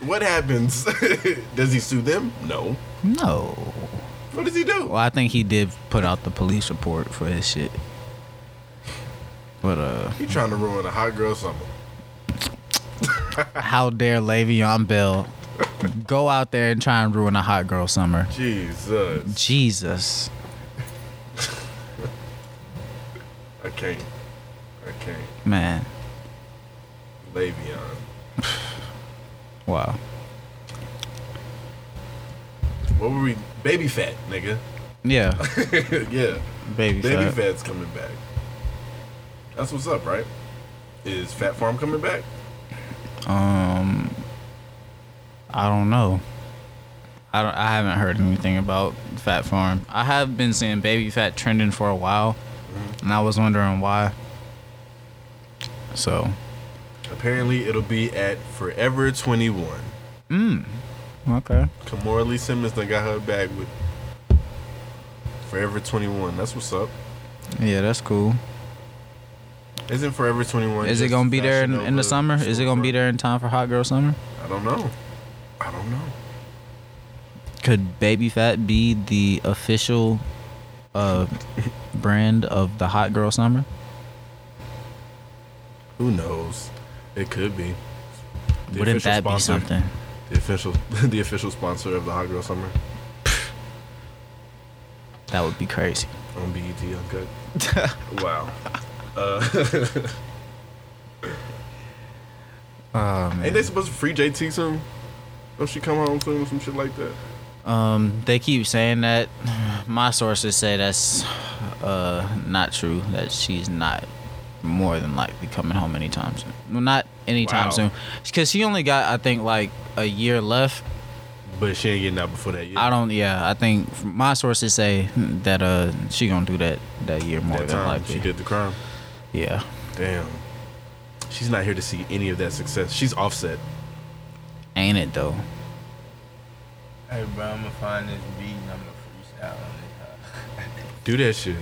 Speaker 6: what happens? (laughs) does he sue them? No.
Speaker 5: No.
Speaker 6: What does he do?
Speaker 5: Well, I think he did put out the police report for his shit. But uh,
Speaker 6: He trying to ruin a hot girl summer.
Speaker 5: how dare Le'Veon Bell go out there and try and ruin a hot girl summer?
Speaker 6: Jesus.
Speaker 5: Jesus.
Speaker 6: can't. I can't. uh,
Speaker 5: Man,
Speaker 6: Le'Veon.
Speaker 5: wow.
Speaker 6: What were we? Baby fat, nigga. (laughs)
Speaker 5: Yeah,
Speaker 6: yeah.
Speaker 5: baby,
Speaker 6: Baby
Speaker 5: fat.
Speaker 6: fat's coming back. That's what's up, right? Is Fat Farm coming back?
Speaker 5: Um, I don't know. I don't. I haven't heard anything about Fat Farm. I have been seeing Baby Fat trending for a while, and I was wondering why. So,
Speaker 6: Apparently, it'll be at Forever 21.
Speaker 5: okay.
Speaker 6: Kamora Lee Simmons done got her bag with Forever 21. That's what's up.
Speaker 5: Yeah, that's cool.
Speaker 6: Isn't Forever 21?
Speaker 5: Is it
Speaker 6: just
Speaker 5: gonna be there in,
Speaker 6: Fashion
Speaker 5: in the
Speaker 6: Nova
Speaker 5: summer? Is it gonna be
Speaker 6: storefront?
Speaker 5: there in time for Hot Girl Summer?
Speaker 6: I don't know. I don't know.
Speaker 5: Could Baby Fat be the official uh, brand of the Hot Girl Summer?
Speaker 6: Who knows? It could be. The
Speaker 5: Wouldn't
Speaker 6: official
Speaker 5: that be
Speaker 6: sponsor-
Speaker 5: something?
Speaker 6: The official, (laughs) the official sponsor of the Hot Girl Summer
Speaker 5: That would be crazy.
Speaker 6: on E BET Uncut. (laughs) wow. Uh, (laughs)
Speaker 5: Oh
Speaker 6: Ain't they supposed to free JT soon? Don't she come home soon or some shit like that?
Speaker 5: Um, they keep saying that. My sources say that's uh not true. That she's not more than likely coming home anytime soon. Well, not anytime
Speaker 6: Wow.
Speaker 5: soon, because she only got I think like a year left.
Speaker 6: But she ain't getting out before that year.
Speaker 5: I don't. Yeah, I think my sources say that uh she gonna do that that year more
Speaker 6: that
Speaker 5: than
Speaker 6: time she
Speaker 5: likely.
Speaker 6: did the crime.
Speaker 5: Yeah.
Speaker 6: Damn. She's not here to see any of that success. She's offset.
Speaker 5: Ain't it though?
Speaker 7: Hey, bro, I'm gonna find this beat and I'm gonna freestyle on
Speaker 6: Do that
Speaker 5: (laughs)
Speaker 6: shit.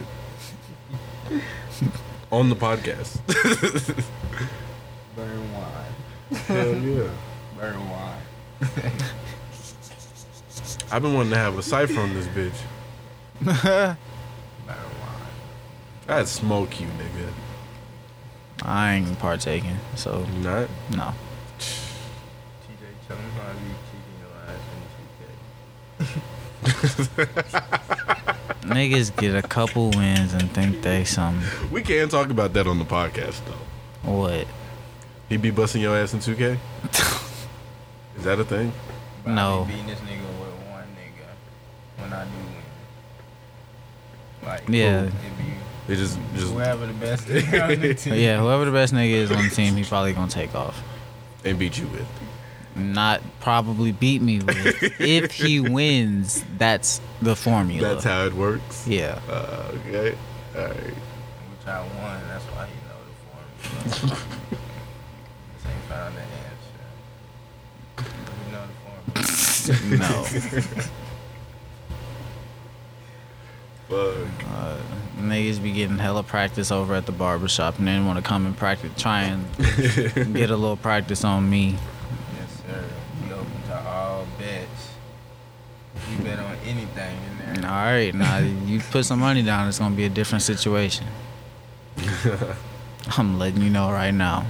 Speaker 6: On the podcast.
Speaker 7: it. Burn wine.
Speaker 6: Hell yeah.
Speaker 7: Burn wine.
Speaker 6: I've been wanting to have a cipher on this bitch.
Speaker 7: Burn wine.
Speaker 6: I'd smoke you, nigga.
Speaker 5: I ain't partaking. So
Speaker 6: You not?
Speaker 5: no.
Speaker 7: TJ, tell him how you kicking your ass in 2K.
Speaker 5: Niggas get a couple wins and think they something.
Speaker 6: We can talk about that on the podcast though.
Speaker 5: What?
Speaker 6: He be busting your ass in
Speaker 5: (laughs)
Speaker 6: 2K? Is that a thing?
Speaker 7: But I
Speaker 5: No.
Speaker 7: be beating this nigga with one nigga when I do win. Like,
Speaker 5: Yeah.
Speaker 7: It be
Speaker 6: It just just
Speaker 7: whoever the best nigga on (laughs) the team.
Speaker 5: Yeah, whoever the best nigga is on the team, he probably gonna take off.
Speaker 6: and beat you with.
Speaker 5: not probably beat me with.
Speaker 6: (laughs)
Speaker 5: if he wins, that's the formula.
Speaker 6: That's how it works.
Speaker 5: yeah.
Speaker 6: Uh, okay. All right.
Speaker 7: Which I won, that's why he know the (laughs) formula. this ain't found the answer. You know the formula.
Speaker 5: No.
Speaker 6: Fuck.
Speaker 5: Niggas be getting hella practice over at the barbershop and then want to come and practice, try and
Speaker 6: (laughs)
Speaker 5: get a little practice on me.
Speaker 7: Yes, sir. We open to all bets. You bet on anything in there.
Speaker 5: And all right, now you put some money down, it's going to be a different situation. I'm letting you know right now.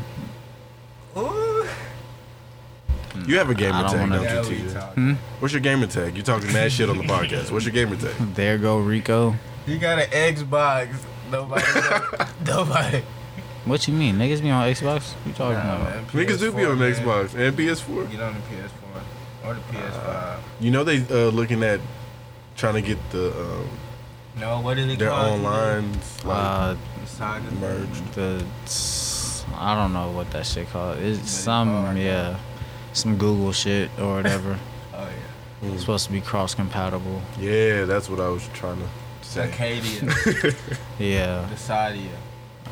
Speaker 6: You have a gamer
Speaker 5: I don't
Speaker 6: tag, don't
Speaker 5: wanna-
Speaker 6: you,
Speaker 7: Now we
Speaker 6: TJ?
Speaker 7: talking.
Speaker 6: What's your gamer tag? You talking mad shit on the podcast. What's your gamer
Speaker 5: (laughs)
Speaker 6: tag?
Speaker 5: There go Rico.
Speaker 7: You got an Xbox. Nobody. (laughs) Nobody.
Speaker 5: What you mean? Niggas be on Xbox? You talking
Speaker 7: Nah,
Speaker 5: about?
Speaker 7: man,
Speaker 6: Niggas do be
Speaker 7: PS4,
Speaker 6: on
Speaker 7: man.
Speaker 6: Xbox Uh, and PS4.
Speaker 7: Get on the PS4 or the PS5.
Speaker 6: You know they uh, looking at trying to get the um,
Speaker 7: no, what is it
Speaker 6: their
Speaker 7: called?
Speaker 6: online like
Speaker 5: Uh,
Speaker 7: Saga.
Speaker 6: merged.
Speaker 5: the s- I don't know what that shit called. It's
Speaker 7: But it
Speaker 5: some
Speaker 7: hard.
Speaker 5: yeah, some Google shit or whatever.
Speaker 7: Oh yeah.
Speaker 5: it's supposed to be cross compatible.
Speaker 6: Yeah, that's what I was trying to say.
Speaker 7: Arcadia.
Speaker 5: Yeah,
Speaker 6: (laughs)
Speaker 7: Desadia.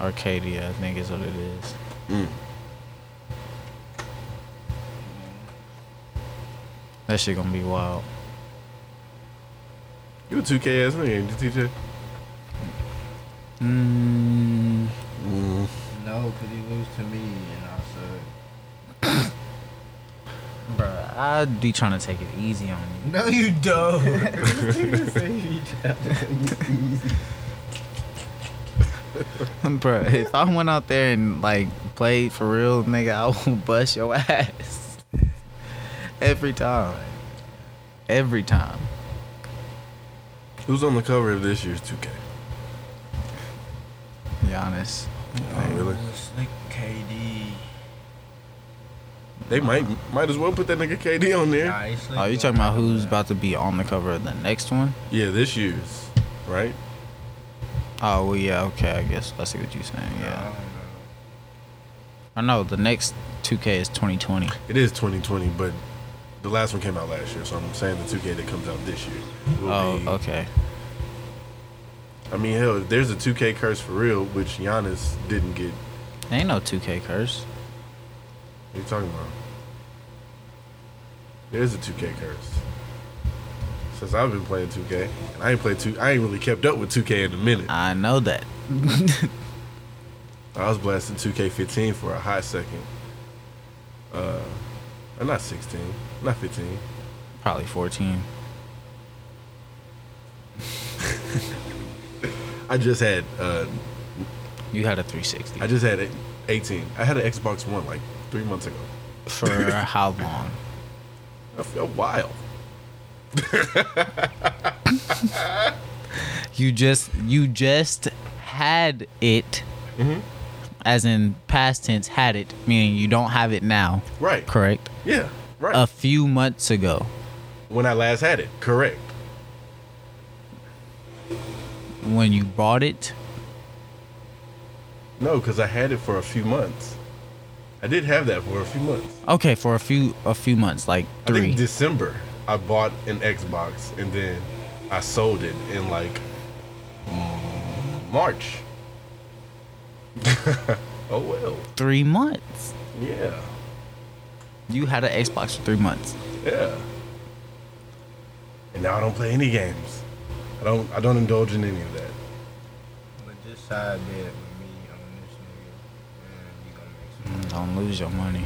Speaker 5: Arcadia I think is what it is.
Speaker 6: Mm.
Speaker 5: That shit gonna be wild.
Speaker 6: You a 2K ass nigga, ain't you, TJ?
Speaker 5: Mm,
Speaker 6: Mm.
Speaker 7: No, could he lose to me and I said,
Speaker 5: bruh, I'd be trying to take it easy on you.
Speaker 7: No, you
Speaker 5: (laughs)
Speaker 7: don't. (laughs)
Speaker 5: (laughs) Bruh, if I went out there and like played for real, nigga, I would (laughs) bust your ass every time. Every time.
Speaker 6: Who's on the cover of this year's 2K?
Speaker 5: Giannis.
Speaker 6: Oh, really?
Speaker 7: Slick KD.
Speaker 6: They might might as well put that nigga KD on there.
Speaker 7: Nah, he slick
Speaker 5: Oh, you talking about who's about to be on the cover of the next one?
Speaker 6: Yeah, this year's right.
Speaker 5: Oh, well, yeah, okay, I guess I see what you're saying.
Speaker 7: I
Speaker 5: Yeah,
Speaker 7: don't know.
Speaker 5: I know the next 2K is 2020.
Speaker 6: It is 2020, but the last one came out last year, so I'm saying the 2K that comes out this year. Will
Speaker 5: Oh,
Speaker 6: be,
Speaker 5: okay.
Speaker 6: I mean, hell, if there's a 2K curse for real, which Giannis didn't get.
Speaker 5: Ain't no 2K curse.
Speaker 6: What are you talking about? There's a 2K curse. Since I've been playing 2K, and I ain't played two. I ain't really kept up with 2K in a minute.
Speaker 5: I know that.
Speaker 6: I was blasting 2K15 for a hot second. Uh, uh, not 16, not 15.
Speaker 5: Probably 14.
Speaker 6: I just had uh,
Speaker 5: You had a 360.
Speaker 6: I just had a- 18. I had an Xbox One like three months ago.
Speaker 5: For how long?
Speaker 6: I feel wild.
Speaker 5: (laughs) You just you just had it,
Speaker 6: Mm-hmm.
Speaker 5: as in past tense had it, meaning you don't have it now.
Speaker 6: Right.
Speaker 5: Correct. Uh,
Speaker 6: Yeah. Right.
Speaker 5: A few months ago.
Speaker 6: when I last had it. Correct.
Speaker 5: when you bought it.
Speaker 6: No, because I had it for a few months. I did have that for a few months.
Speaker 5: Okay, for a few a few months, like
Speaker 6: I
Speaker 5: three.
Speaker 6: think December I bought an Xbox and then I sold it in like mm, March. (laughs) oh well.
Speaker 5: three months.
Speaker 6: Yeah.
Speaker 5: You had an Xbox for three months.
Speaker 6: Yeah. And now I don't play any games. I don't I don't indulge in any of that.
Speaker 7: But just side bet with me on this nigga, man,
Speaker 5: Don't
Speaker 7: you gonna make some
Speaker 5: lose your money.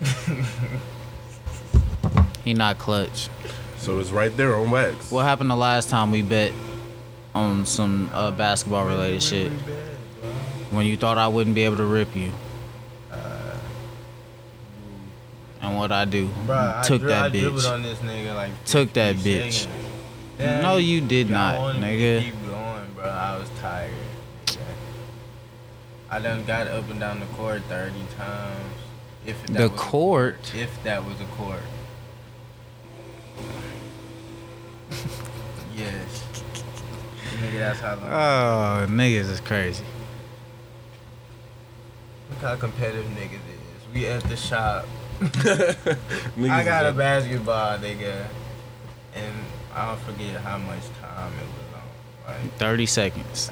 Speaker 6: Mm.
Speaker 5: (laughs) He not clutch.
Speaker 6: So it's right there on wax.
Speaker 5: What happened the last time we bet on some uh, basketball related shit? When you thought I wouldn't be able to rip you. And what I do?
Speaker 7: Bruh, I,
Speaker 5: Took
Speaker 7: dri-
Speaker 5: that
Speaker 7: I dribbled
Speaker 5: bitch.
Speaker 7: on this nigga like
Speaker 5: Took that
Speaker 7: 50
Speaker 5: bitch.
Speaker 7: seconds.
Speaker 5: No, you did
Speaker 7: I
Speaker 5: not,
Speaker 7: wanted to
Speaker 5: nigga.
Speaker 7: Keep going, bro. I was tired. nigga. I done got up and down the court thirty times. If that
Speaker 5: The
Speaker 7: was a
Speaker 5: court?
Speaker 7: if that was a
Speaker 5: (laughs)
Speaker 7: court. yes. Nigga, that's how long.
Speaker 5: Oh, niggas is crazy.
Speaker 7: Look how competitive niggas is. We at the shop.
Speaker 6: Niggas
Speaker 7: I
Speaker 6: is
Speaker 7: got a
Speaker 6: like,
Speaker 7: basketball, nigga, and I don't forget how much time it was on. Like,
Speaker 5: Thirty seconds.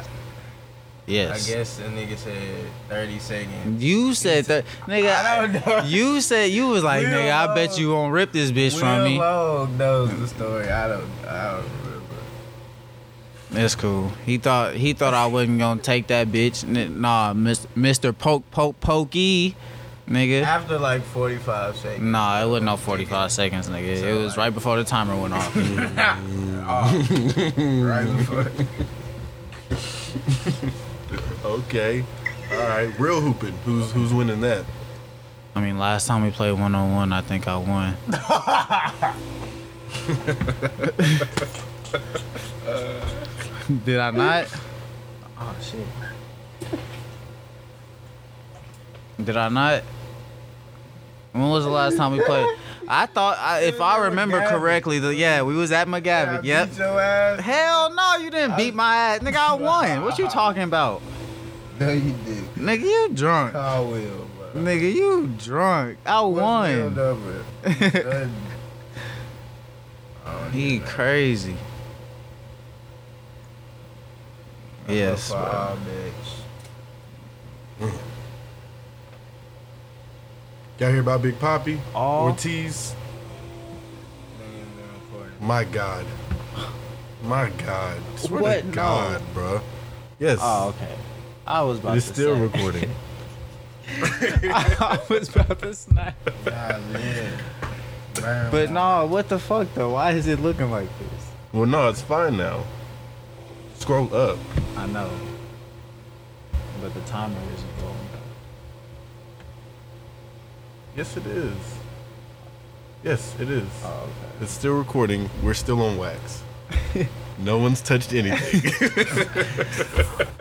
Speaker 5: Yes.
Speaker 7: I guess a nigga said thirty seconds.
Speaker 5: You said that, nigga.
Speaker 7: I don't know.
Speaker 5: You said you was like,
Speaker 7: We
Speaker 5: nigga.
Speaker 7: don't
Speaker 5: I bet
Speaker 7: know.
Speaker 5: you won't rip this bitch from me.
Speaker 7: Log knows the story. I don't. I don't remember.
Speaker 5: That's cool. He thought he thought I wasn't gonna take that bitch. N- Nah, Mister Poke Poke Pokey, nigga.
Speaker 7: After like forty-five seconds.
Speaker 5: Nah, it wasn't no 45 seconds, nigga. It was right before the timer went off.
Speaker 7: Right before.
Speaker 6: Okay. All right. Real hooping. Who's who's winning that?
Speaker 5: I mean, last time we played one on one, I think I
Speaker 7: (laughs)
Speaker 5: won. Did I not?
Speaker 7: oh shit.
Speaker 5: Did I not? When was the last time we played? I thought, I, if I remember
Speaker 7: McGavick.
Speaker 5: correctly, the yeah, we was at McGavick.
Speaker 7: I
Speaker 5: Yep.
Speaker 7: beat your ass.
Speaker 5: Hell no, you didn't beat my ass, nigga. I won. What you talking about,
Speaker 7: No, you did.
Speaker 5: nigga? You drunk,
Speaker 7: I will, bro.
Speaker 5: nigga? You drunk? I
Speaker 7: What's
Speaker 5: won.
Speaker 7: the number? Good. Oh,
Speaker 5: He crazy. Yes. Uh-huh.
Speaker 7: For all bitch.
Speaker 6: Y'all hear about Big Poppy?
Speaker 5: All-
Speaker 6: Ortiz.
Speaker 7: Name been recorded.
Speaker 6: My God. My God. Swear
Speaker 5: What?
Speaker 6: to
Speaker 5: No.
Speaker 6: God, bruh. Yes.
Speaker 5: Oh, okay. I was about
Speaker 6: It's
Speaker 5: to
Speaker 6: still
Speaker 5: say.
Speaker 6: recording.
Speaker 5: I was (laughs) about to snap.
Speaker 7: God, man. Burn
Speaker 5: But
Speaker 7: one.
Speaker 5: no, what the fuck though? Why is it looking like this?
Speaker 6: well, no, it's fine now. Scroll up.
Speaker 5: I know. But the timer isn't going.
Speaker 6: Yes, it is. Yes, it is.
Speaker 5: Oh, okay. (laughs)
Speaker 6: It's still recording. We're still on wax. No one's touched anything.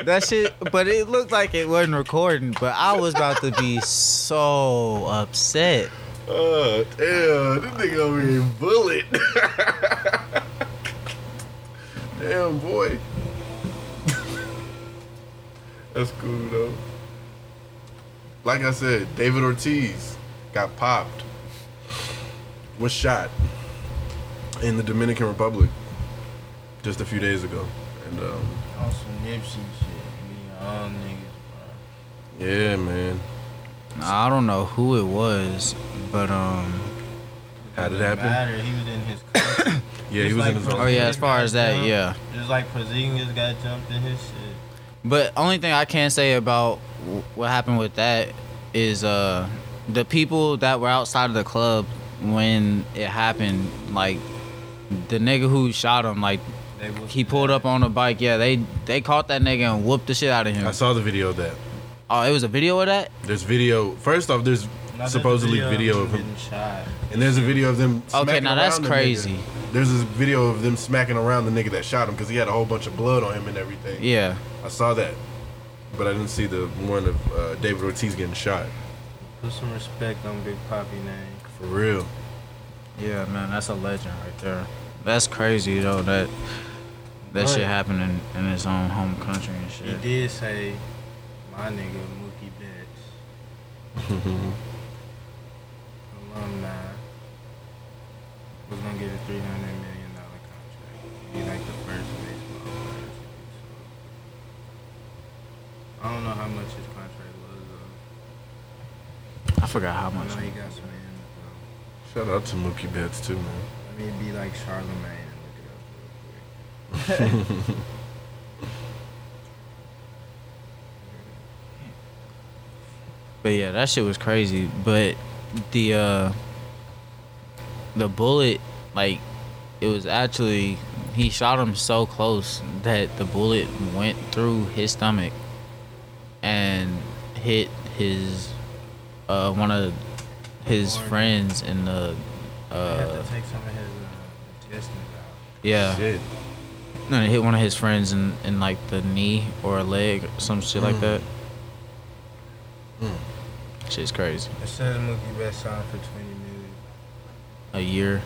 Speaker 5: That shit, but it looked like it wasn't recording. But I was about to be so upset.
Speaker 6: oh, damn. This nigga over here bullet. (laughs) damn, boy. (laughs) That's cool, though. Like I said, David Ortiz got popped, was shot in the Dominican Republic just a few days ago. And, um,
Speaker 7: On some Nipsey shit. Me and all niggas,
Speaker 6: yeah, man.
Speaker 5: I don't know who it was, but um.
Speaker 7: bro.
Speaker 6: How did it happen?
Speaker 7: Matter. He was in his car.
Speaker 6: Yeah, he
Speaker 7: Just
Speaker 6: was
Speaker 7: like
Speaker 6: in his
Speaker 7: from-
Speaker 6: own.
Speaker 5: Oh yeah, as far as that, yeah.
Speaker 7: Just like Porzingis got jumped in his shit.
Speaker 5: But only thing I can say about wh- what happened with that is uh the people that were outside of the club when it happened, like the nigga who shot him, like
Speaker 7: They was
Speaker 5: he pulled up on a bike. Yeah, they they caught that nigga and whooped the shit out of him.
Speaker 6: I saw the video of that.
Speaker 5: Oh, it was a video of that.
Speaker 6: There's video. First off, there's
Speaker 7: Now there's a
Speaker 6: supposedly video of him,
Speaker 7: getting shot.
Speaker 6: and there's a video of them. smacking
Speaker 5: now that's
Speaker 6: around the
Speaker 5: crazy.
Speaker 6: nigga. There's this video of them smacking around the nigga that shot him because he had a whole bunch of blood on him and everything.
Speaker 5: Yeah,
Speaker 6: I saw that, but I didn't see the one of uh, David Ortiz getting shot.
Speaker 7: Put some respect on Big Poppy name.
Speaker 6: For real.
Speaker 5: yeah, man, that's a legend right there. That's crazy though that that
Speaker 7: Right.
Speaker 5: shit happened in, in his own home country and shit.
Speaker 7: He did say, "My nigga Mookie
Speaker 5: (laughs)
Speaker 7: Betts, alumni, was gonna get a three hundred million dollar contract. Be like the first baseball player." to do so. I don't know how much his contract was. Though.
Speaker 5: I forgot how
Speaker 7: I
Speaker 5: much.
Speaker 7: know he got some in. Though.
Speaker 6: Shout out to Mookie Betts too, man.
Speaker 7: I mean, it'd be like Charlemagne and look it up real quick.
Speaker 5: But yeah, that shit was crazy. But the uh the bullet, like, it was actually he shot him so close that the bullet went through his stomach and hit his uh one of his
Speaker 7: Lord.
Speaker 5: friends in the
Speaker 7: They
Speaker 5: uh
Speaker 7: have to take some of his uh, intestines out.
Speaker 5: yeah.
Speaker 6: Shit.
Speaker 5: No, it hit one of his friends in, in like the knee or a leg or some shit like that. Shit's crazy.
Speaker 7: It says Mookie Betts signed for twenty million.
Speaker 5: A year.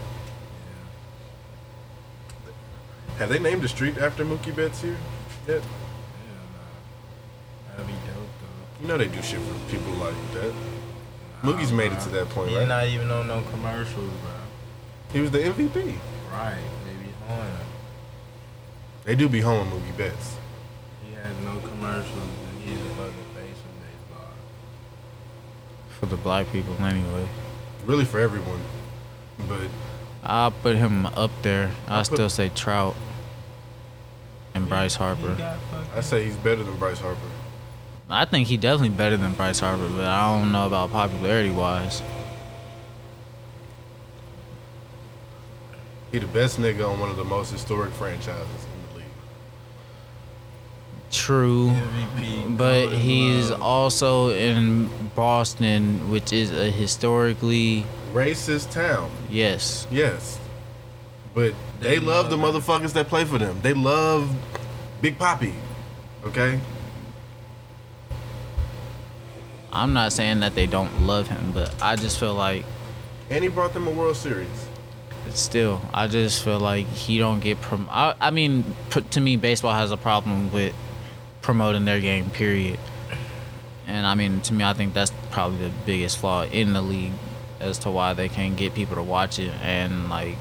Speaker 6: Have they named a street after Mookie Betts here? Yet?
Speaker 7: That'd uh, be dope
Speaker 6: You know they do shit for people like that.
Speaker 7: though.
Speaker 6: Mookie's made it to that point,
Speaker 7: He's
Speaker 6: right?
Speaker 7: not even on no commercials, bro.
Speaker 6: He was the MVP.
Speaker 7: Right, they be on.
Speaker 6: They do be hoeing Mookie Betts.
Speaker 7: He has no commercials and he's a fucking face of baseball.
Speaker 5: for the black people anyway.
Speaker 6: Really for everyone, but
Speaker 5: I'll put him up there. I
Speaker 6: I'll put-
Speaker 5: still say Trout and Bryce
Speaker 7: He
Speaker 5: Harper.
Speaker 7: got fucking
Speaker 6: I say he's better than Bryce Harper.
Speaker 5: I think he definitely better than Bryce Harper, but I don't know about popularity wise.
Speaker 6: He the best nigga on one of the most historic franchises in the league.
Speaker 5: True.
Speaker 7: MVP.
Speaker 5: But
Speaker 7: Golden
Speaker 5: he's
Speaker 7: Glove.
Speaker 5: also in Boston, which is a historically
Speaker 6: Racist town,
Speaker 5: yes.
Speaker 6: yes, but they,
Speaker 7: They
Speaker 6: love, the
Speaker 7: love
Speaker 6: motherfuckers that play for them. They love Big Poppy. Okay,
Speaker 5: I'm not saying that they don't love him, but I just feel like
Speaker 6: and he brought them a World Series.
Speaker 5: still i just feel like he don't get prom i, I mean pr- to me baseball has a problem with promoting their game period and i mean to me i think that's probably the biggest flaw in the league as to why they can't get people to watch it and like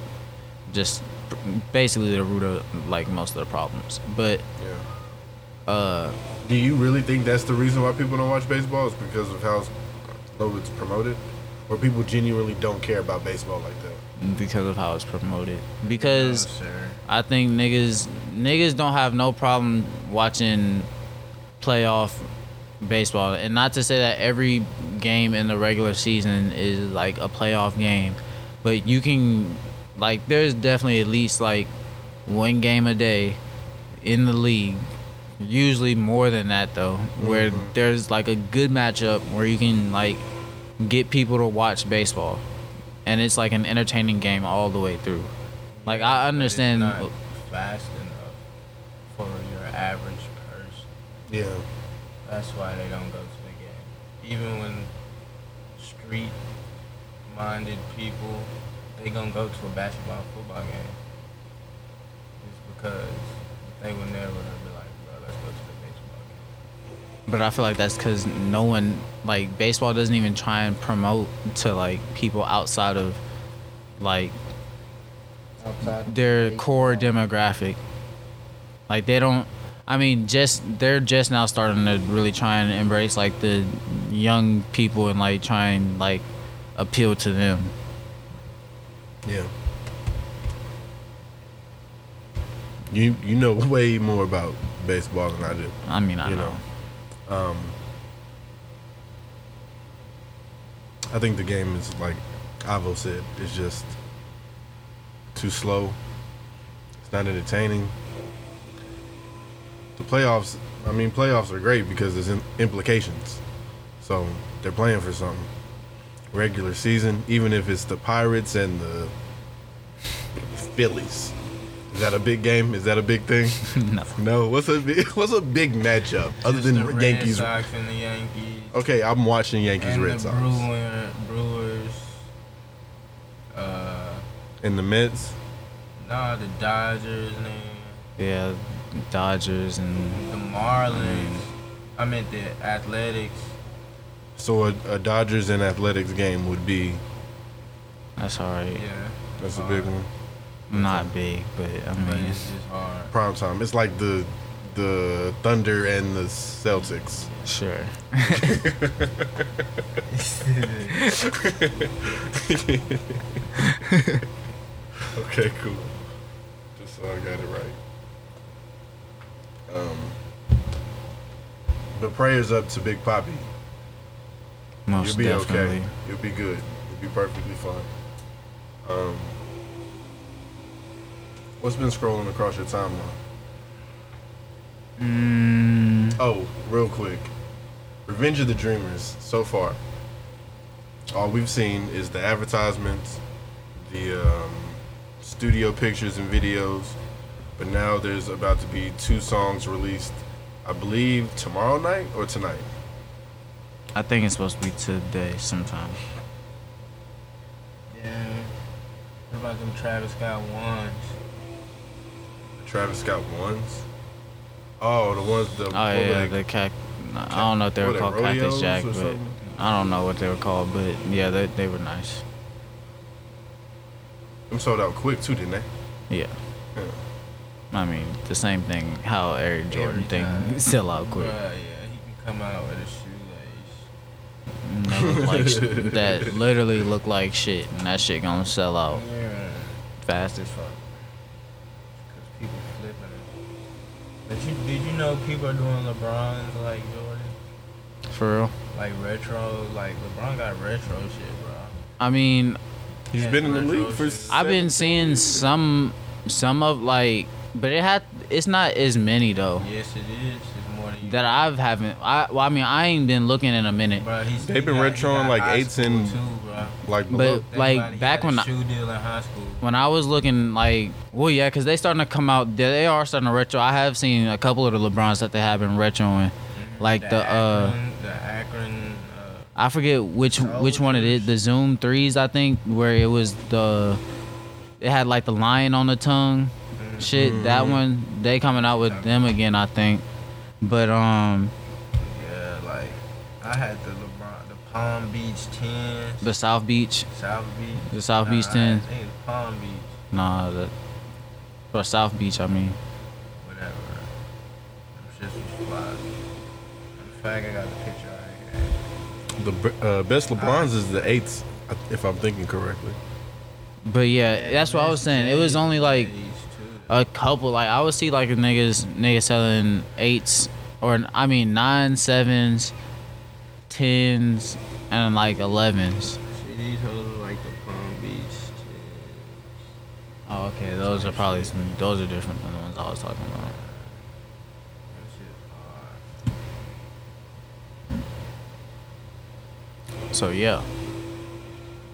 Speaker 5: just pr- basically the root of like most of the problems but
Speaker 6: Yeah.
Speaker 5: uh
Speaker 6: Do you really think that's the reason why people don't watch baseball? Is because of how low it's promoted, or people genuinely don't care about baseball like that?
Speaker 5: because of how it's promoted
Speaker 7: No,
Speaker 5: because
Speaker 7: sir.
Speaker 5: I think niggas niggas don't have no problem watching playoff baseball. And not to say that every game in the regular season is like a playoff game, but you can like there's definitely at least like one game a day in the league. Usually more than that though, where there's like a good matchup where you can like get people to watch baseball. And it's like an entertaining game all the way through. Like I
Speaker 7: But it's
Speaker 5: understand
Speaker 7: not fast enough.
Speaker 6: Yeah.
Speaker 7: That's why they don't go to the game. Even when street minded people, they gonna go to a basketball and football game. It's because they would never be like, bro, let's go to the baseball game.
Speaker 5: But I feel like that's because no one like baseball doesn't even try and promote to like people outside of like
Speaker 8: Outside
Speaker 5: their core demographic. Like they don't. I mean, just they're just now starting to really try and embrace like the young people and like try and like appeal to them.
Speaker 6: Yeah. You you know (laughs) way more about baseball than I do.
Speaker 5: I mean, I
Speaker 6: you
Speaker 5: know.
Speaker 6: know. Um, I think the game is like Avo said, it's just too slow. It's not entertaining. The playoffs, I mean, playoffs are great because there's im- implications. So they're playing for something. Regular season, even if it's the Pirates and the Phillies. Is that a big game? Is that a big thing?
Speaker 5: No.
Speaker 6: No, what's a big, (laughs) what's a big matchup other
Speaker 7: Just
Speaker 6: than
Speaker 7: the Red
Speaker 6: Yankees?
Speaker 7: Sox and the Yankees.
Speaker 6: Okay, I'm watching Yankees
Speaker 7: and
Speaker 6: Red
Speaker 7: the
Speaker 6: Sox
Speaker 7: Brewer, Brewers. Uh,
Speaker 6: and the Mets.
Speaker 7: nah, the Dodgers, man.
Speaker 5: Yeah, Dodgers and
Speaker 7: The Marlins. I meant the Athletics.
Speaker 6: So a, a Dodgers and Athletics game would be
Speaker 5: that's alright.
Speaker 7: Yeah.
Speaker 6: that's a big one.
Speaker 5: Not big, but I
Speaker 7: But
Speaker 5: mean,
Speaker 7: it's just hard.
Speaker 6: Prime time. It's like the the Thunder and the Celtics.
Speaker 5: sure.
Speaker 6: Okay, cool. Just so I got it right. Um, but prayers up to Big Poppy.
Speaker 5: Most
Speaker 6: You'll be
Speaker 5: definitely.
Speaker 6: okay. You'll be good. You'll be perfectly fine. Um, what's been scrolling across your timeline?
Speaker 5: Mm,
Speaker 6: Oh, real quick, Revenge of the Dreamers. So far, all we've seen is the advertisements, the um, studio pictures and videos. But now there's about to be two songs released. I believe tomorrow night or tonight.
Speaker 5: I think it's supposed to be today sometime.
Speaker 7: Yeah. What about them Travis Scott ones?
Speaker 6: Travis Scott ones. Oh, the ones the
Speaker 5: Oh yeah, the cac. I don't know if they were
Speaker 6: what are
Speaker 5: called
Speaker 6: they,
Speaker 5: Cactus
Speaker 6: rodeos
Speaker 5: Jack,
Speaker 6: or
Speaker 5: but
Speaker 6: something?
Speaker 5: I don't know what they were called. But yeah, they they were nice.
Speaker 6: Them sold out quick too, didn't they?
Speaker 5: Yeah.
Speaker 6: Yeah.
Speaker 5: I mean, the same thing. How Eric Jordan
Speaker 7: Every
Speaker 5: thing (laughs)
Speaker 7: time.
Speaker 5: sell out quick.
Speaker 7: Bruh, yeah, he can come out with
Speaker 5: And
Speaker 7: a shoelace.
Speaker 5: They look
Speaker 6: (laughs)
Speaker 5: like sh- that literally look like shit, and that shit gonna sell out
Speaker 7: Yeah.
Speaker 5: fast as fuck.
Speaker 7: Because people flipping it. But you, did you know people are doing LeBron's like Jordan?
Speaker 5: For real.
Speaker 7: Like retro, like LeBron got retro shit, bro.
Speaker 5: I mean,
Speaker 6: He's
Speaker 7: Yeah,
Speaker 6: been in the
Speaker 7: retro
Speaker 6: league for.
Speaker 7: shit.
Speaker 5: I've been seeing some some of like, but it had it's not as many though
Speaker 7: Yes, it is. It's more than you.
Speaker 5: that I've haven't. I well, I mean, I ain't been looking in a minute.
Speaker 7: Bruh, he's,
Speaker 6: They've been
Speaker 7: he got- he
Speaker 6: retroing,
Speaker 7: got
Speaker 6: like,
Speaker 7: high
Speaker 6: eights
Speaker 7: school
Speaker 6: and-
Speaker 7: too, bruh.
Speaker 6: like
Speaker 5: But-
Speaker 6: below.
Speaker 7: That's
Speaker 5: Like,
Speaker 7: why he
Speaker 5: back
Speaker 7: had a
Speaker 5: when I-
Speaker 7: shoe deal in high school.
Speaker 5: when I was looking like, well, yeah, because they starting to come out. They they are starting to retro. I have seen a couple of the LeBrons that they have been retroing. Like the, uh,
Speaker 7: Akron, the Akron. Uh,
Speaker 5: I forget which which one it is. The Zoom threes, I think, where it was the, it had like the lion on the tongue, shit. That one they coming out with them again, I think. But um,
Speaker 7: yeah, like I had the LeBron, the Palm Beach tens,
Speaker 5: the South Beach,
Speaker 7: South Beach.
Speaker 5: the South Beach
Speaker 7: Nah, I
Speaker 5: tens,
Speaker 7: think it's Palm Beach,
Speaker 5: nah, the, or South Beach, I mean.
Speaker 7: whatever. Them shits was fly. In fact, I got the picture right here.
Speaker 6: The b- uh, best LeBrons is the eights, if I'm thinking correctly.
Speaker 5: But yeah, that's what I was saying. It was only like a couple. Like I would see like niggas niggas selling eights or I mean nine sevens, tens, and like elevens.
Speaker 7: See, these hoes are like the Palm Beach. tens.
Speaker 5: Oh, okay, those are probably some. Those are different than the ones I was talking about.
Speaker 7: Them shits hard.
Speaker 5: So yeah,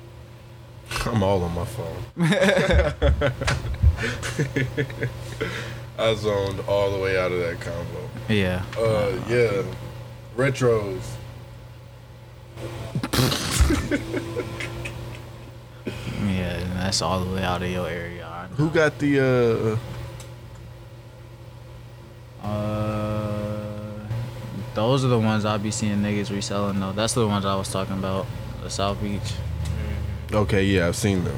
Speaker 6: (laughs) I'm all on my phone. I zoned all the way out of that combo.
Speaker 5: Yeah.
Speaker 6: Uh, yeah, retros.
Speaker 5: Yeah, and that's all the way out of your area. I
Speaker 6: Who got the?
Speaker 5: know. Uh, those are the ones I be seeing niggas reselling though. That's the ones I was talking about. The South Beach.
Speaker 6: uh Okay, yeah, I've seen them.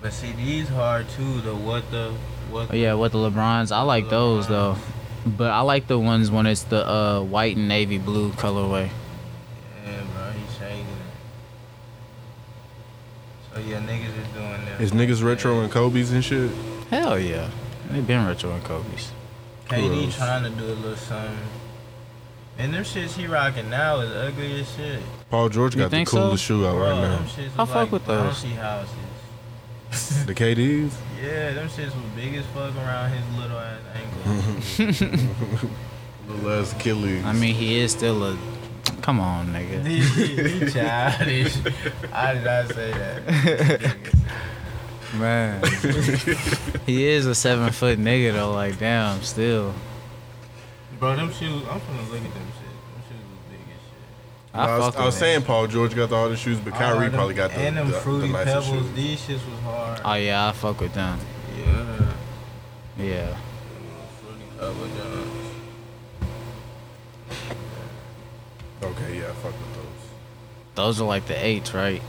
Speaker 7: But see, these hard too. The what the what?
Speaker 5: Oh, yeah, with the LeBrons, I like those though. But I like the ones when it's the uh, white and navy blue colorway.
Speaker 7: Yeah, bro, he's shaking it. So yeah, niggas is doing that.
Speaker 6: Is niggas retro and Kobe's and shit?
Speaker 5: Hell yeah, they been retro and Kobe's.
Speaker 7: KD
Speaker 6: Gross.
Speaker 7: trying to do a little something. And them shits he rocking now is ugly as shit.
Speaker 6: Paul George
Speaker 5: You
Speaker 6: got the
Speaker 5: think so?
Speaker 6: coolest shoe out
Speaker 7: Bro,
Speaker 6: Oh, right
Speaker 7: them
Speaker 6: now.
Speaker 7: shits was
Speaker 5: I fuck
Speaker 7: like
Speaker 5: with those.
Speaker 7: bouncy houses.
Speaker 6: The KDs.
Speaker 7: Yeah, them shits was big as fuck around his little ass
Speaker 6: (laughs)
Speaker 7: ankle.
Speaker 6: Little ass Achilles.
Speaker 5: I mean, he is still a. Come on,
Speaker 6: (laughs)
Speaker 5: nigga.
Speaker 7: he, he childish. I did not say
Speaker 5: (laughs)
Speaker 7: that.
Speaker 5: Man, (laughs) he is a seven foot nigga though. Like, damn, still.
Speaker 7: Bro, them shoes, I'm finna look at them shit. Them shoes was big as shit.
Speaker 5: I,
Speaker 6: I was,
Speaker 5: fuck
Speaker 6: I was
Speaker 5: with
Speaker 6: saying
Speaker 5: it.
Speaker 6: Paul George got the hardest shoes, but Kyrie
Speaker 7: All them-
Speaker 6: probably got the,
Speaker 7: And them
Speaker 6: the,
Speaker 7: fruity
Speaker 6: the nicest
Speaker 7: pebbles,
Speaker 6: shoes.
Speaker 7: these shits was hard.
Speaker 5: Oh yeah, I fuck with them.
Speaker 7: yeah.
Speaker 5: Yeah.
Speaker 7: Fruity pebble, John.
Speaker 6: Okay, yeah, I fuck with those.
Speaker 5: Those are like the eights, right?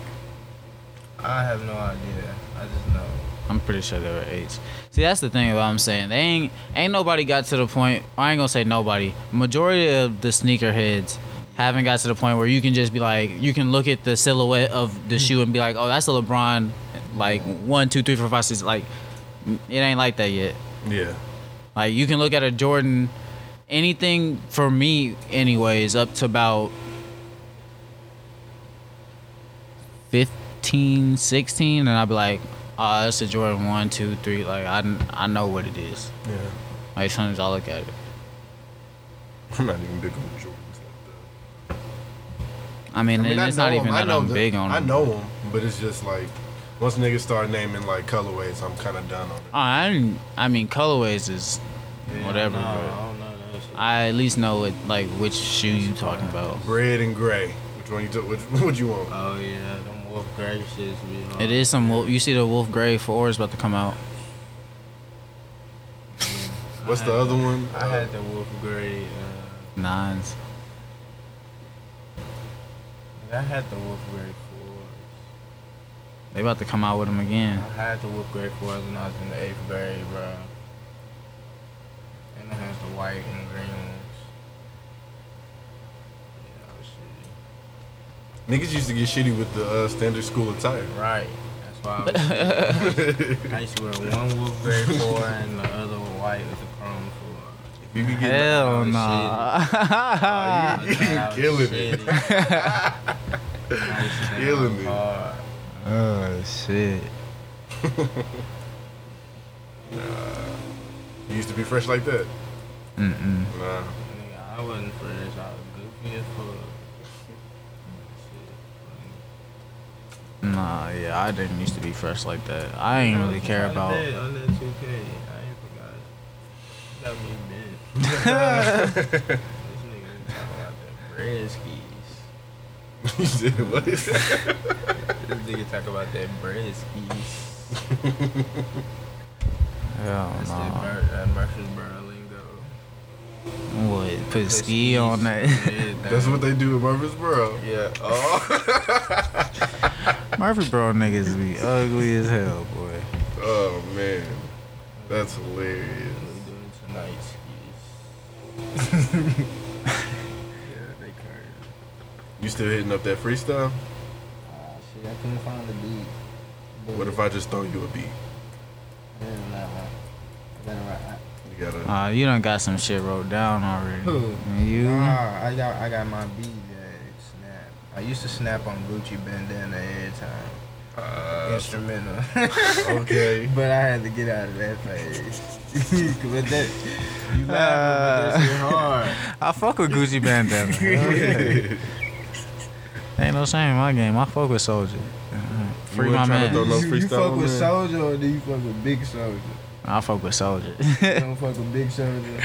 Speaker 7: I have no idea. I just know.
Speaker 5: I'm pretty sure they were eights. See, that's the thing about I'm saying. They ain't ain't nobody got to the point. I ain't gonna say nobody. Majority of the sneakerheads haven't got to the point where you can just be like, you can look at the silhouette of the shoe and be like, oh, that's a LeBron, like one, two, three, four, five, six. Like, it ain't like that yet.
Speaker 6: Yeah.
Speaker 5: Like you can look at a Jordan, anything for me, anyways, up to about 15, 16, and I'd be like, oh, that's a Jordan one, two, three. Like I, kn- I know what it is.
Speaker 6: Yeah.
Speaker 5: Like sometimes I look at it.
Speaker 6: (laughs) I'm not even big on Jordans like
Speaker 5: I mean,
Speaker 6: that. I mean, I
Speaker 5: it's
Speaker 6: know
Speaker 5: not
Speaker 6: 'em,
Speaker 5: even
Speaker 6: I
Speaker 5: that
Speaker 6: know
Speaker 5: I'm
Speaker 6: the-
Speaker 5: big on.
Speaker 6: I
Speaker 5: them.
Speaker 6: know them, but it's just like once niggas start naming like colorways, I'm kind of done on it.
Speaker 5: Oh, I, didn't- I mean, colorways is whatever.
Speaker 7: No, I
Speaker 5: but
Speaker 7: don't know that shit.
Speaker 5: I at least know what, like which shoe you talking about.
Speaker 6: Red and gray. Which one you took? Which (laughs) what you want?
Speaker 7: Oh yeah, them wolf gray shits be hard.
Speaker 5: It is some wolf. You see the Wolf Gray four is about to come out.
Speaker 6: What's the other one?
Speaker 7: I had the wolf gray. Uh,
Speaker 5: Nines.
Speaker 7: I had the wolf gray fours.
Speaker 5: They about to come out with them again.
Speaker 7: I had the wolf gray fours when I was in the eighth grade, bro. And I had the white and green ones. Yeah, that
Speaker 6: Uh,
Speaker 7: was shitty.
Speaker 6: Niggas used to get shitty with the uh, standard school attire. (laughs)
Speaker 7: Right. That's why I,
Speaker 5: (laughs)
Speaker 7: was, I used to wear one wolf gray four and the other white with the chrome four.
Speaker 6: You could get
Speaker 5: Hell
Speaker 7: shit.
Speaker 5: nah.
Speaker 7: You
Speaker 6: Ah. (laughs) killing it. (laughs) killing it.
Speaker 5: oh shit.
Speaker 6: You used to be fresh like that.
Speaker 5: Mm-mm.
Speaker 6: Nah. (laughs)
Speaker 7: Nigga, I wasn't fresh. I was goofy as fuck. Shit,
Speaker 5: Nah, yeah, I didn't used to be fresh like that. I
Speaker 7: funny.
Speaker 5: ain't really care
Speaker 7: I
Speaker 5: about.
Speaker 7: did On that 2K, I ain't forgot. You Got me bent.
Speaker 5: (laughs)
Speaker 7: This nigga
Speaker 6: you
Speaker 7: talking about the bread skis.
Speaker 6: said what? (laughs)
Speaker 7: This nigga talking about that bread skis.
Speaker 5: (laughs) Hell
Speaker 7: That's that,
Speaker 5: nah.
Speaker 7: Mer- that Murfreesboro lingo.
Speaker 5: What? Put
Speaker 7: Put
Speaker 5: ski on that. (laughs)
Speaker 7: skis. Yeah,
Speaker 6: That's what they do in Murfreesboro.
Speaker 7: Yeah. Oh.
Speaker 5: Murphy bro niggas be ugly as hell, boy.
Speaker 6: Oh man, that's hilarious.
Speaker 7: we doing tonight skis. (laughs) yeah, they curved.
Speaker 6: You still hitting up that freestyle?
Speaker 8: Ah, shit, I couldn't find the beat. But
Speaker 6: What if I just throw you a beat?
Speaker 8: Better not, huh? Better not, huh?
Speaker 6: You gotta.
Speaker 5: Uh, you done got some shit wrote down already.
Speaker 7: Who?
Speaker 5: You?
Speaker 7: Nah, Ah, I got I got my beat that snap. I used to snap on Gucci bandana every time. Instrumental.
Speaker 6: Uh, okay.
Speaker 7: (laughs) but I had to get out of that phase. (laughs) but that you laughing, but that
Speaker 6: Uh,
Speaker 7: shit
Speaker 6: (laughs)
Speaker 7: hard.
Speaker 5: I fuck with Gucci bandana. Hell yeah. Ain't no shame in my game. I fuck with Soldier. Free
Speaker 6: You
Speaker 5: my
Speaker 6: wasn't tryna
Speaker 5: man.
Speaker 6: throw no
Speaker 7: you, you
Speaker 6: freestyle
Speaker 7: fuck
Speaker 6: on
Speaker 7: with
Speaker 6: there? (laughs)
Speaker 7: Soldier or do you fuck with Big Soldier?
Speaker 5: I fuck with Soldier. (laughs)
Speaker 8: don't fuck with big soldier.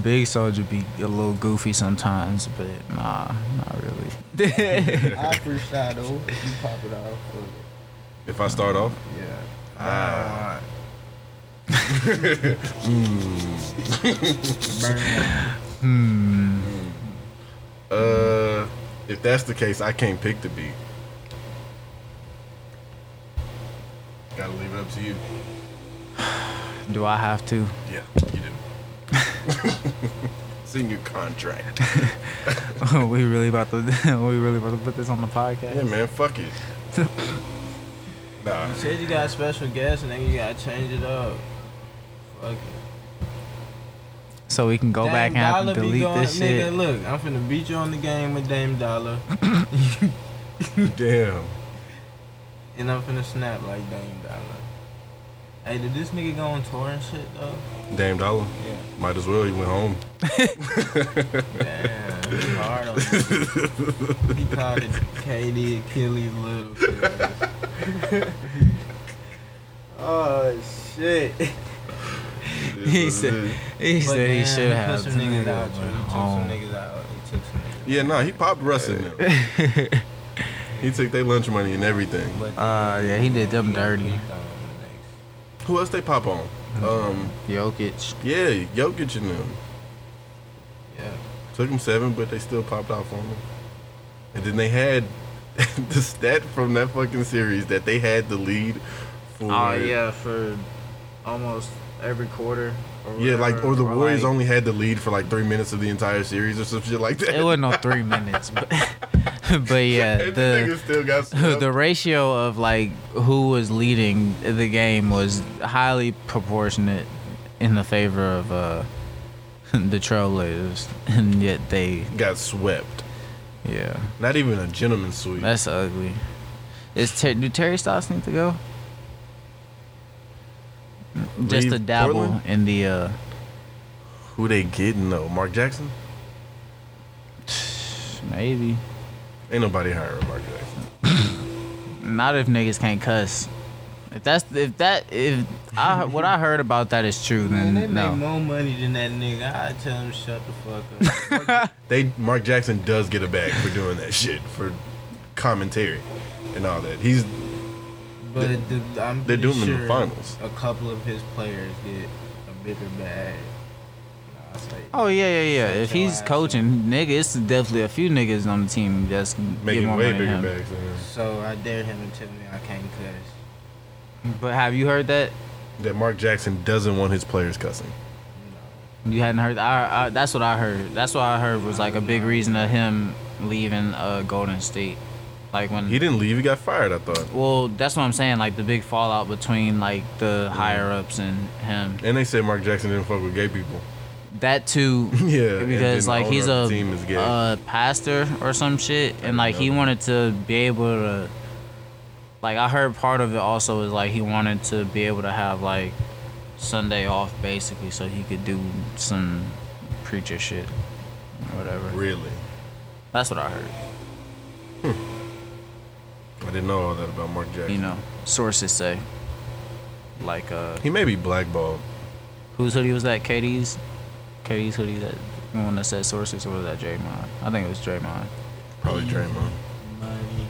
Speaker 5: Big Soldier be a little goofy sometimes, but nah, not
Speaker 7: (laughs)
Speaker 5: really.
Speaker 8: I freestyle though. You pop it off. fuck it.
Speaker 6: If I start off,
Speaker 8: Yeah.
Speaker 7: Ah.
Speaker 8: Burn.
Speaker 6: uh, if that's the case, I can't pick the beat. Gotta leave it up to you.
Speaker 5: Do I have to?
Speaker 6: Yeah, you do.
Speaker 5: (laughs)
Speaker 6: it's in your contract.
Speaker 5: Oh, we really about to? (laughs) we really about to put this on the
Speaker 6: Yeah,
Speaker 5: podcast?
Speaker 6: man, fuck
Speaker 5: (laughs)
Speaker 6: it. nah,
Speaker 7: Said you got special guests and then you gotta change it up. Fuck it.
Speaker 5: So we can go
Speaker 7: Dame
Speaker 5: back and have
Speaker 7: Dollar
Speaker 5: to
Speaker 7: be
Speaker 5: delete
Speaker 7: going-
Speaker 5: this
Speaker 7: nigga,
Speaker 5: shit.
Speaker 7: Look, I'm finna beat you on the game with Dame Dollar,
Speaker 6: damn.
Speaker 7: and I'm finna snap like Dame Dollar. Hey, did this nigga go on tour and shit though?
Speaker 6: Damn dollar.
Speaker 7: Yeah.
Speaker 6: Might as well. You went home.
Speaker 7: Damn, he hard on me. He called it KD Achilles (laughs) little. Kid. (laughs) oh shit!
Speaker 5: (laughs) He said he
Speaker 7: But,
Speaker 5: said he
Speaker 7: man,
Speaker 5: should have.
Speaker 7: He took some niggas out. too. He took some
Speaker 5: Oh.
Speaker 7: niggas out. He took some niggas.
Speaker 6: Yeah, nah, he popped Russ
Speaker 5: (laughs)
Speaker 6: in there. he took their lunch money and everything.
Speaker 5: Uh, yeah, he did them dirty.
Speaker 6: Who else they pop on? Um,
Speaker 5: Jokic.
Speaker 6: yeah, Jokic and them.
Speaker 7: Yeah.
Speaker 6: Took them seven, but they still popped off on them. And then they had (laughs) the stat from that fucking series that they had the lead for.
Speaker 7: Oh yeah, for almost every quarter. Or
Speaker 6: Yeah, like or the
Speaker 5: Or
Speaker 6: Warriors
Speaker 5: like-
Speaker 6: only had the lead for like three minutes of the entire series or some shit like that.
Speaker 5: (laughs) It wasn't no three minutes, but (laughs) but
Speaker 7: (laughs)
Speaker 5: yeah,
Speaker 6: (laughs) And the
Speaker 5: the
Speaker 6: niggas still got
Speaker 5: (laughs) the ratio of like who was leading the game was highly proportionate in the favor of uh (laughs) the Trailblazers, (laughs) and yet they
Speaker 6: got swept.
Speaker 5: yeah,
Speaker 6: Not even a gentleman sweep.
Speaker 5: that's ugly. Is Ter- do Terry Stotts need to go? Just
Speaker 6: Leave
Speaker 5: to dabble
Speaker 6: Portland?
Speaker 5: in the uh
Speaker 6: Who they getting though? Mark Jackson?
Speaker 5: maybe
Speaker 6: Ain't nobody hiring Mark Jackson.
Speaker 5: Not if niggas can't cuss. If that's if that if I what I heard about that is true, then
Speaker 7: Man, they
Speaker 5: no.
Speaker 7: make more money than that nigga. I tell him shut the fuck up.
Speaker 6: (laughs) They Mark Jackson does get a bag for doing that shit for commentary and all that. He's
Speaker 7: but the, I'm
Speaker 6: they're
Speaker 7: pretty
Speaker 6: doing them
Speaker 7: sure
Speaker 6: in the finals.
Speaker 7: A couple of his players get a bigger bag. Nah, I say-
Speaker 5: Oh yeah, yeah, yeah. If
Speaker 7: Shut your
Speaker 5: he's
Speaker 7: ass
Speaker 5: coaching, nigga, it's definitely a few niggas on the team that's get
Speaker 6: making
Speaker 5: more
Speaker 6: way
Speaker 5: money
Speaker 6: bigger
Speaker 5: than him.
Speaker 6: bags than him.
Speaker 7: So I dare him to tell me I can't cuss.
Speaker 5: But have you heard that?
Speaker 6: That Mark Jackson doesn't want his players cussing.
Speaker 5: You hadn't heard. I, I, that's what I heard. That's what I heard was like a big reason of him leaving uh, Golden State. Like when
Speaker 6: He didn't leave. He got fired. I thought.
Speaker 5: well, that's what I'm saying. Like the big fallout between like the higher ups and him.
Speaker 6: And they said Mark Jackson didn't fuck with gay people. (laughs)
Speaker 5: That too.
Speaker 6: Yeah, and then
Speaker 5: because
Speaker 6: the
Speaker 5: like
Speaker 6: owner
Speaker 5: he's
Speaker 6: of
Speaker 5: a
Speaker 6: the team is gay.
Speaker 5: uh, pastor or some shit, and like he wanted to be able to. Like I heard part of it also is like he wanted to be able to have like Sunday off basically, so he could do some preacher shit, or whatever.
Speaker 6: Really?
Speaker 5: That's what I heard.
Speaker 6: I didn't know all that about Mark Jackson.
Speaker 5: You know, sources say. Like uh,
Speaker 6: He may be blackballed.
Speaker 5: whose hoodie was that? Katie's. Katie's hoodie that the one that said sources or was that Draymond? I think it was Draymond.
Speaker 6: Probably
Speaker 5: Mm.
Speaker 6: Draymond.
Speaker 7: Money.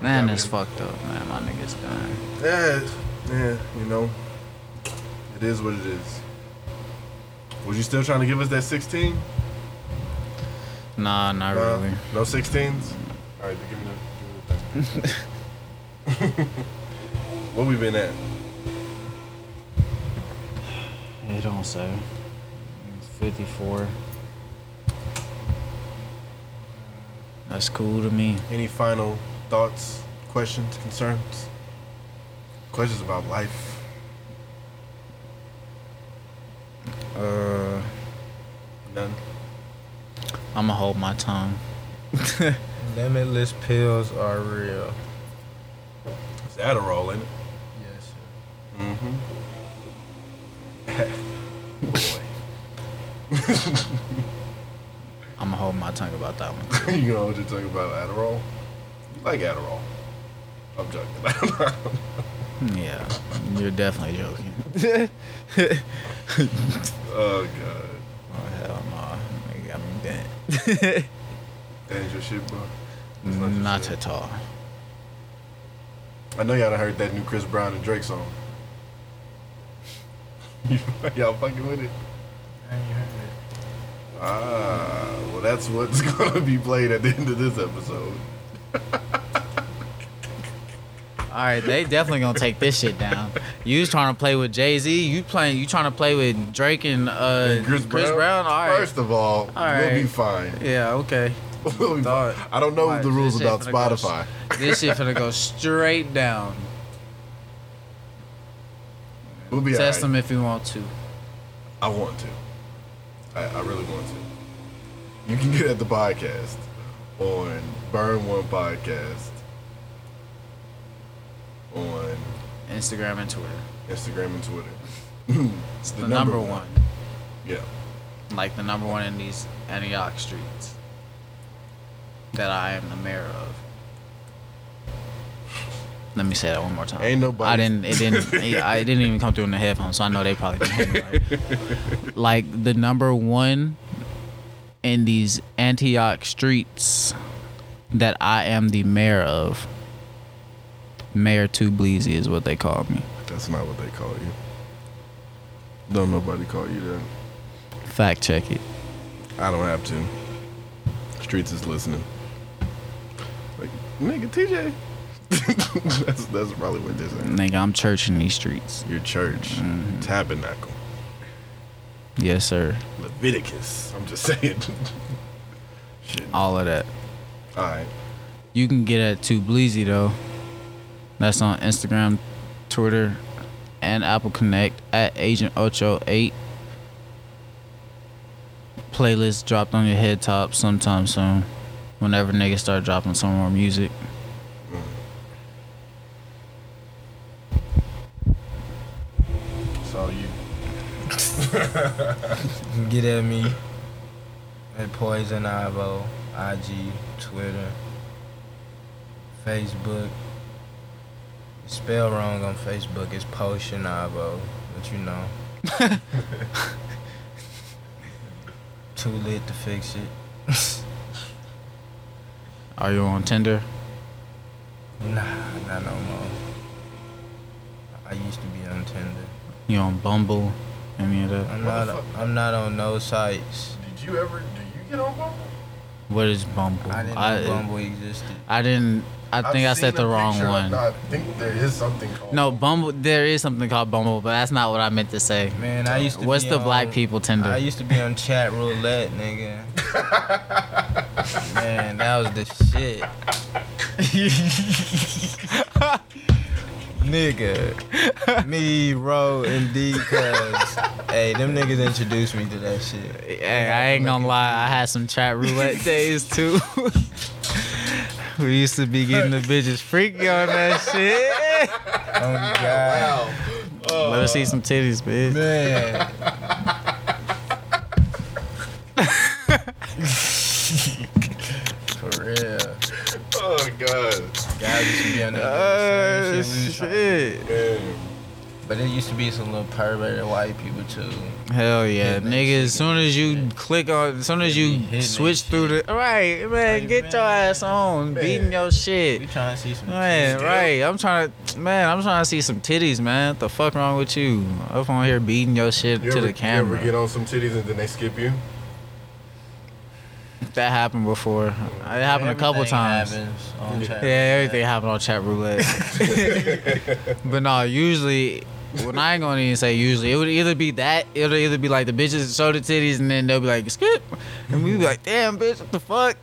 Speaker 5: Man, it's fucked up, man. My nigga's dying.
Speaker 6: Yeah, yeah, you know, it is what it is. Was you still trying to give us that 16?
Speaker 5: Nah, not
Speaker 6: Nah,
Speaker 5: really.
Speaker 6: No 16s? All right, give me the. Give me the
Speaker 5: (laughs)
Speaker 6: thing. what we been at?
Speaker 5: It don't say. It's 54. That's cool to me.
Speaker 6: Any final thoughts, questions, concerns? Questions about life?
Speaker 5: Uh,
Speaker 6: None.
Speaker 5: I'ma hold my tongue.
Speaker 7: Limitless pills are real.
Speaker 6: It's Adderall in it.
Speaker 7: Yes, sir.
Speaker 6: Mm-hmm.
Speaker 5: I'ma hold my tongue about that one. (laughs)
Speaker 6: you know what you're talking about, Adderall? You like Adderall. I'm joking.
Speaker 5: Yeah, you're definitely joking.
Speaker 6: (laughs) Oh god.
Speaker 5: Oh hell no, Nigga got me bent.
Speaker 6: That ain't your shit, bro. That's not your
Speaker 5: Not
Speaker 6: shit.
Speaker 5: at all.
Speaker 6: I know y'all done heard that new Chris Brown and Drake song. (laughs) y'all fucking with it?
Speaker 7: I ain't heard it.
Speaker 6: Ah, well, that's what's (laughs) gonna be played at the end of this episode.
Speaker 5: All right, they definitely gonna take this shit down. You was trying to play with Jay Z. You playing? You trying to play with Drake and, uh, Chris, Brown? All right.
Speaker 6: First of all, we'll be
Speaker 5: right.
Speaker 6: fine. (laughs)
Speaker 5: Yeah. Okay.
Speaker 6: We'll be
Speaker 5: All
Speaker 6: fine.
Speaker 5: right.
Speaker 6: I don't know
Speaker 5: All right,
Speaker 6: the rules
Speaker 5: this shit
Speaker 6: about
Speaker 5: finna go
Speaker 6: Spotify.
Speaker 5: s- this shit finna go straight down.
Speaker 6: We'll be
Speaker 5: Test
Speaker 6: all
Speaker 5: them
Speaker 6: right.
Speaker 5: if you want to.
Speaker 6: I want to. I, I really want to. You can get at the podcast on Burn One Podcast on
Speaker 5: Instagram and Twitter.
Speaker 6: Instagram and Twitter.
Speaker 5: It's
Speaker 6: The
Speaker 5: the,
Speaker 6: number
Speaker 5: number,
Speaker 6: one.
Speaker 5: one.
Speaker 6: Yeah.
Speaker 5: like the number one in these Antioch streets that I am the mayor of. Let me say that one more time.
Speaker 6: Ain't nobody-
Speaker 5: I didn't.
Speaker 6: (laughs)
Speaker 5: It didn't. it- I it didn't even come through in the headphones, so I know they probably didn't hear me
Speaker 6: (laughs)
Speaker 5: right. like the number one in these Antioch streets that I am the mayor of. Mayor Too Bleezy is what they call me.
Speaker 6: That's not what they call you. Don't nobody call you that.
Speaker 5: Fact check it.
Speaker 6: I don't have to. Streets is listening. Like, nigga, TJ. (laughs) that's, that's probably what they're saying.
Speaker 5: Nigga, I'm churching these streets.
Speaker 6: Your church, tabernacle,
Speaker 5: Yes, sir.
Speaker 6: Leviticus. I'm just saying. Shit. All
Speaker 5: All of that.
Speaker 6: right.
Speaker 5: You can get at Too Bleezy though. That's on Instagram, Twitter, and Apple Connect at Agent Ocho Eight. Playlist dropped on your head top sometime soon. Whenever niggas start dropping some more music.
Speaker 6: So you.
Speaker 7: Get at me at Poison Ivo, IG, Twitter, Facebook. Spell wrong on Facebook. It's Potion Ivo, but you know. Too lit to fix it.
Speaker 5: Are you on Tinder?
Speaker 7: nah, not no more. I used to be on Tinder.
Speaker 5: You on Bumble? Any of that?
Speaker 7: I'm not. I'm not on no sites.
Speaker 6: Did you ever? Do you get on Bumble?
Speaker 5: What is Bumble?
Speaker 7: I didn't know
Speaker 5: I,
Speaker 7: Bumble existed.
Speaker 5: I didn't. I think I said the wrong one.
Speaker 6: I think there is something called.
Speaker 5: No, Bumble. There is something called Bumble, but that's not what I meant to say.
Speaker 7: Man, I used to.
Speaker 5: uh, What's
Speaker 7: be
Speaker 5: the
Speaker 7: on-
Speaker 5: black people Tinder?
Speaker 7: I used to be on chat roulette, nigga. Man, that was the shit. nigga, me, Ro, and D, cuz. hey, them niggas introduced me to that shit.
Speaker 5: Hey, I ain't gonna lie, I had some chat
Speaker 7: (laughs)
Speaker 5: roulette days too. (laughs) we used to be getting the bitches freaky on
Speaker 7: (laughs)
Speaker 5: that shit.
Speaker 7: Oh, God.
Speaker 5: Let us see some titties, bitch.
Speaker 7: Man. For real.
Speaker 6: Oh God.
Speaker 7: Guys used to be on that
Speaker 5: Uh,
Speaker 7: same shit we was trying-
Speaker 5: shit.
Speaker 6: Damn.
Speaker 7: But it used to be some little perverted white people too.
Speaker 5: Hell yeah,
Speaker 7: Hitting that
Speaker 5: nigga.
Speaker 7: shit,
Speaker 5: As soon as you
Speaker 7: yeah.
Speaker 5: click on, as soon as
Speaker 7: Yeah, we hitting
Speaker 5: you
Speaker 7: that
Speaker 5: switch
Speaker 7: shit.
Speaker 5: through the right, man,
Speaker 7: Like,
Speaker 5: get your
Speaker 7: man.
Speaker 5: ass on,
Speaker 6: Man.
Speaker 5: beating your
Speaker 7: We
Speaker 5: shit.
Speaker 7: trying to see some.
Speaker 5: Man,
Speaker 7: titties.
Speaker 5: right. I'm trying to, man. I'm trying to see some titties, man. What the fuck wrong with you? Up on here beating your shit
Speaker 6: You
Speaker 5: to
Speaker 6: ever,
Speaker 5: the camera.
Speaker 6: You ever get on some titties and then they skip you?
Speaker 5: That happened before. It happened a couple
Speaker 7: Everything
Speaker 5: times.
Speaker 7: happens on chat.
Speaker 5: Yeah, everything happened on chat
Speaker 6: (laughs)
Speaker 5: roulette. but no, usually, when I ain't gonna even say usually, it would either be that, it'll either be like the bitches show the titties, and then they'll be like skip, and we be like, damn bitch, what the fuck?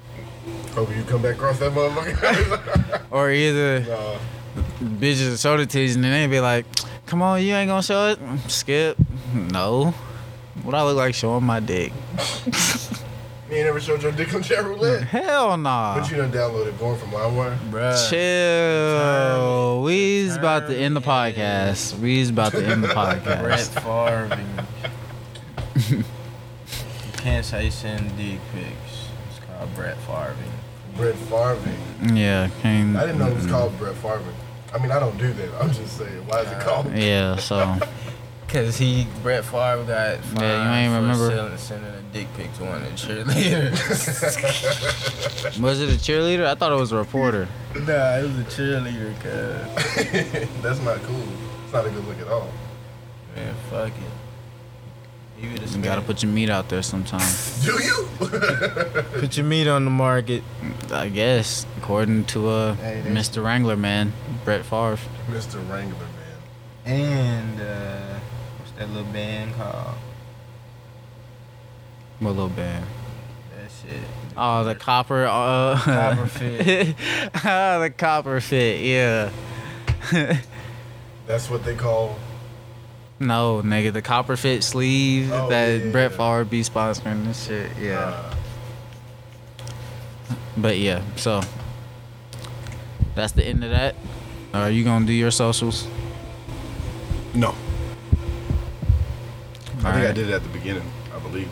Speaker 6: Hope you come back across that
Speaker 5: (laughs)
Speaker 6: motherfucker. (laughs)
Speaker 5: Or either
Speaker 6: Nah.
Speaker 5: bitches show the titties, and then they be like, come on, you ain't gonna show it, skip. No, what I look like showing my dick?
Speaker 6: you ain't never showed your dick on chat
Speaker 5: Mm.
Speaker 6: roulette.
Speaker 5: Hell nah.
Speaker 6: But you done downloaded Born from LimeWire.
Speaker 7: Bruh.
Speaker 5: Chill. We's about to end the
Speaker 7: Retirement.
Speaker 5: podcast. We's about to
Speaker 6: (laughs)
Speaker 5: end the
Speaker 7: Brett
Speaker 5: podcast.
Speaker 7: Favre. and-
Speaker 5: (laughs)
Speaker 7: you can't say send dick pics. It's called Brett Favre.
Speaker 6: Brett Farvey.
Speaker 5: Yeah, King.
Speaker 6: I didn't know it was called Brett Favre. I I mean, I don't do that. I'm just saying, why is it called?
Speaker 5: (laughs) Uh, Yeah, so
Speaker 7: Cause he Brett Favre got fined
Speaker 5: you ain't
Speaker 7: for
Speaker 5: remember.
Speaker 7: selling- sending a dick pic to one of the cheerleaders. (laughs)
Speaker 5: was it a cheerleader? I thought it was a reporter.
Speaker 7: nah, it was a cheerleader. Cause
Speaker 6: (laughs) That's not cool. It's not a good look at all.
Speaker 7: man, fuck it. He would've
Speaker 5: You gotta
Speaker 7: spent-
Speaker 5: put your meat out there sometime.
Speaker 6: Do you? (laughs)
Speaker 7: put your meat on the market.
Speaker 5: I guess, according to uh,
Speaker 8: Hey, that's-
Speaker 5: Mr. Wrangler man, Brett Favre.
Speaker 6: Mr. Wrangler, man.
Speaker 7: And uh, what's that little band called?
Speaker 5: What little band?
Speaker 7: That shit.
Speaker 5: Oh, the copper. Uh, (laughs)
Speaker 7: Copper fit.
Speaker 5: Ah, the copper fit. Yeah.
Speaker 6: That's what they call.
Speaker 5: No, nigga, the copper fit sleeve
Speaker 6: Oh,
Speaker 5: that
Speaker 6: yeah,
Speaker 5: Brett
Speaker 6: yeah.
Speaker 5: Favre be sponsoring this shit. Yeah.
Speaker 6: Uh,
Speaker 5: But yeah, so that's the end of that. Are you gonna do your socials?
Speaker 6: no, I think I
Speaker 5: Alright.
Speaker 6: did it at the beginning. I believe.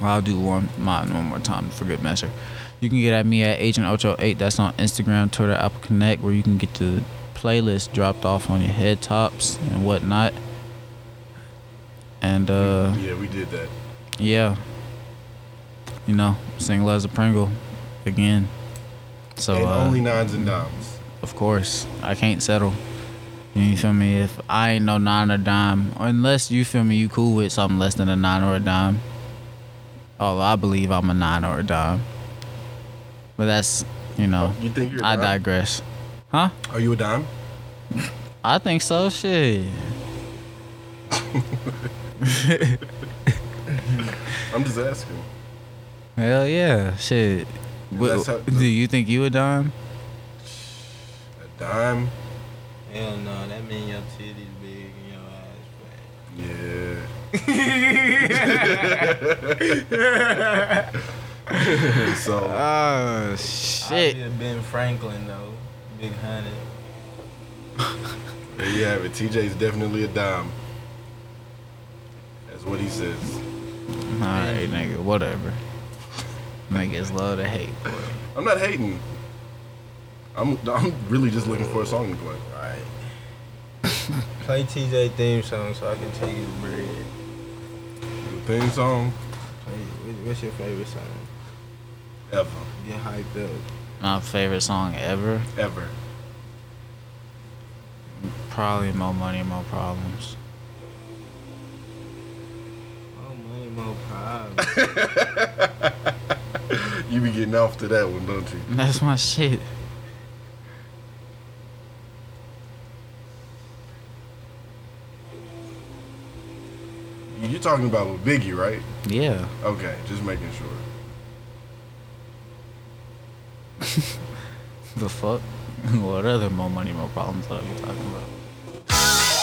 Speaker 5: Well, I'll do one mine one more time for good measure. You can get at me at Agent Ocho Eight. That's on Instagram, Twitter, Apple Connect, where you can get the playlist dropped off on your head tops and whatnot. And uh,
Speaker 6: yeah, we did that.
Speaker 5: yeah, you know, single as a Pringle again. So
Speaker 6: and
Speaker 5: uh,
Speaker 6: only nines and dimes.
Speaker 5: of course, I can't settle. You feel me? If I ain't no nine or dime, unless you feel me, you cool with something less than a nine or a dime. Although I believe I'm a nine or a dime. But that's, you know,
Speaker 6: You think you're? a
Speaker 5: I
Speaker 6: dime?
Speaker 5: digress. Huh?
Speaker 6: Are you a dime?
Speaker 5: I think so. Shit.
Speaker 6: I'm just asking.
Speaker 5: Hell yeah. Shit. What,
Speaker 6: That's how-
Speaker 5: (laughs) do you think you a dime?
Speaker 6: A dime?
Speaker 7: Hell no, that mean your titties big and your eyes fat.
Speaker 6: Yeah. (laughs) so Ah,
Speaker 5: Oh
Speaker 7: I
Speaker 5: shit.
Speaker 7: did Ben Franklin though, big hundred.
Speaker 6: there you have it. TJ's definitely a dime. That's what he says.
Speaker 5: All right, nigga. Whatever. Niggas love to hate.
Speaker 6: I'm not hating. I'm I'm really just looking for a song to play.
Speaker 7: Right. Play TJ theme song so I can take his bread.
Speaker 6: The theme song
Speaker 7: Play, what- what's your favorite song?
Speaker 6: ever,
Speaker 7: Get hyped up.
Speaker 5: My favorite song ever.
Speaker 6: ever.
Speaker 5: Probably more money, more problems. (laughs)
Speaker 7: Oh, money, more problems.
Speaker 6: You be getting off to that one, don't you?
Speaker 5: That's my shit.
Speaker 6: You- You're talking about Lil Biggie, right?
Speaker 5: Yeah.
Speaker 6: Okay, just making sure.
Speaker 5: The fuck? (laughs) what other more money, more problems are you talking about?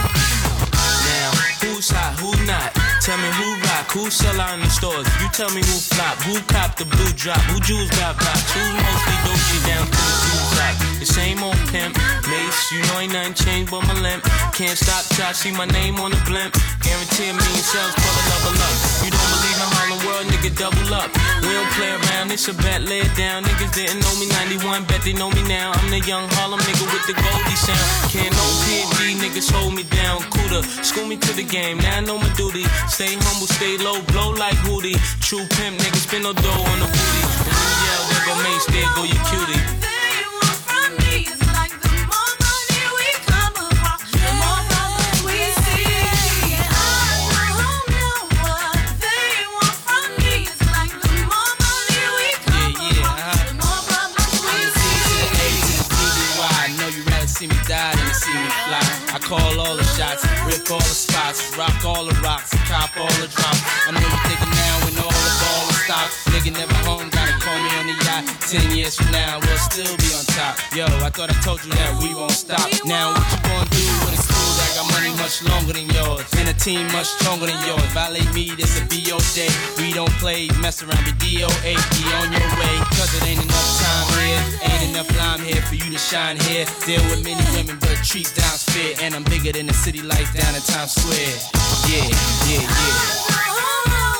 Speaker 4: Now, who's hot, who not? Tell me who rock, who sell out in the stores. You tell me who flop, who cop the blue drop, who jewels got blocks, who mostly doji down to the blue drop. The same old pimp, mace, you know ain't nothing changed but my limp. Can't stop till I see my name on the blimp. Guarantee a million sales, pull a level up. You don't believe in Harlem World, nigga, double up. We don't play around, it's a bet, lay it down. Niggas didn't know me 91, bet they know me now. I'm the young Harlem nigga with the Goldie sound. Can't no PD, niggas hold me down. Cuda, school me to the game, now I know my duty. Stay humble, stay low, blow like Hootie. True pimp, nigga, spin no dough on the booty. And when you yell, there go Mace, there go your cutie. I know you rather see me die than to see me fly. I call all the shots, rip all the spots, rock all the rocks, cop all the drops. I know you thinking now when all the ball is stopped. Nigga never home, gotta call me on the yacht. Ten years from now, we'll still be on top. Yo, I thought I told you that we won't stop. Now what you gonna do when it's cool? I got money much longer than yours, and a team much stronger than yours. Violate me, this a BO day. We don't play, mess around, be DOA, be on your way. Cause it ain't enough time here, ain't enough
Speaker 9: time here for you to shine here. Deal with many women, but treat down's fair. And I'm bigger than the city lights down in Times Square. Yeah, yeah, yeah.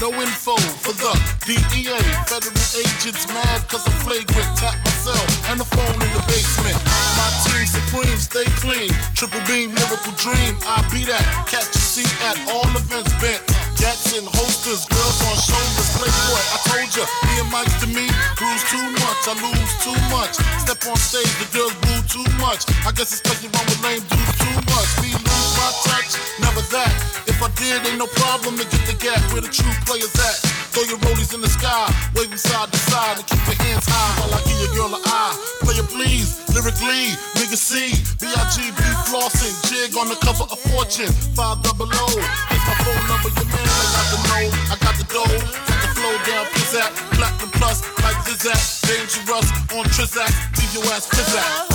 Speaker 10: No info for the DEA. Federal agents mad cause I'm flagrant. Tap myself and the phone in the basement. My team supreme, stay clean. Triple beam, miracle dream. I be that. Catch a seat at all events bent. Gats in holsters, girls on shoulders. Playboy, I told ya. Me and Mike to me, bruise too much. I lose too much. Step on stage, the girls boo too much. I guess it's cause you run with lame dudes too much. Me lose my touch, never that. If I did, ain't no problem to get the gap where the true players at. Throw your rollies in the sky, waving side to side, and keep your hands high while I give your girl an eye. Player please, lyrically, nigga C, B-I-G, B flossing, jig on the cover of Fortune, five double O. It's my phone number, your man, I got the know, I got the dough, got the flow down, pizzazz, platinum plus, like Zizak, dangerous, on Trizak, leave your ass pizzazz.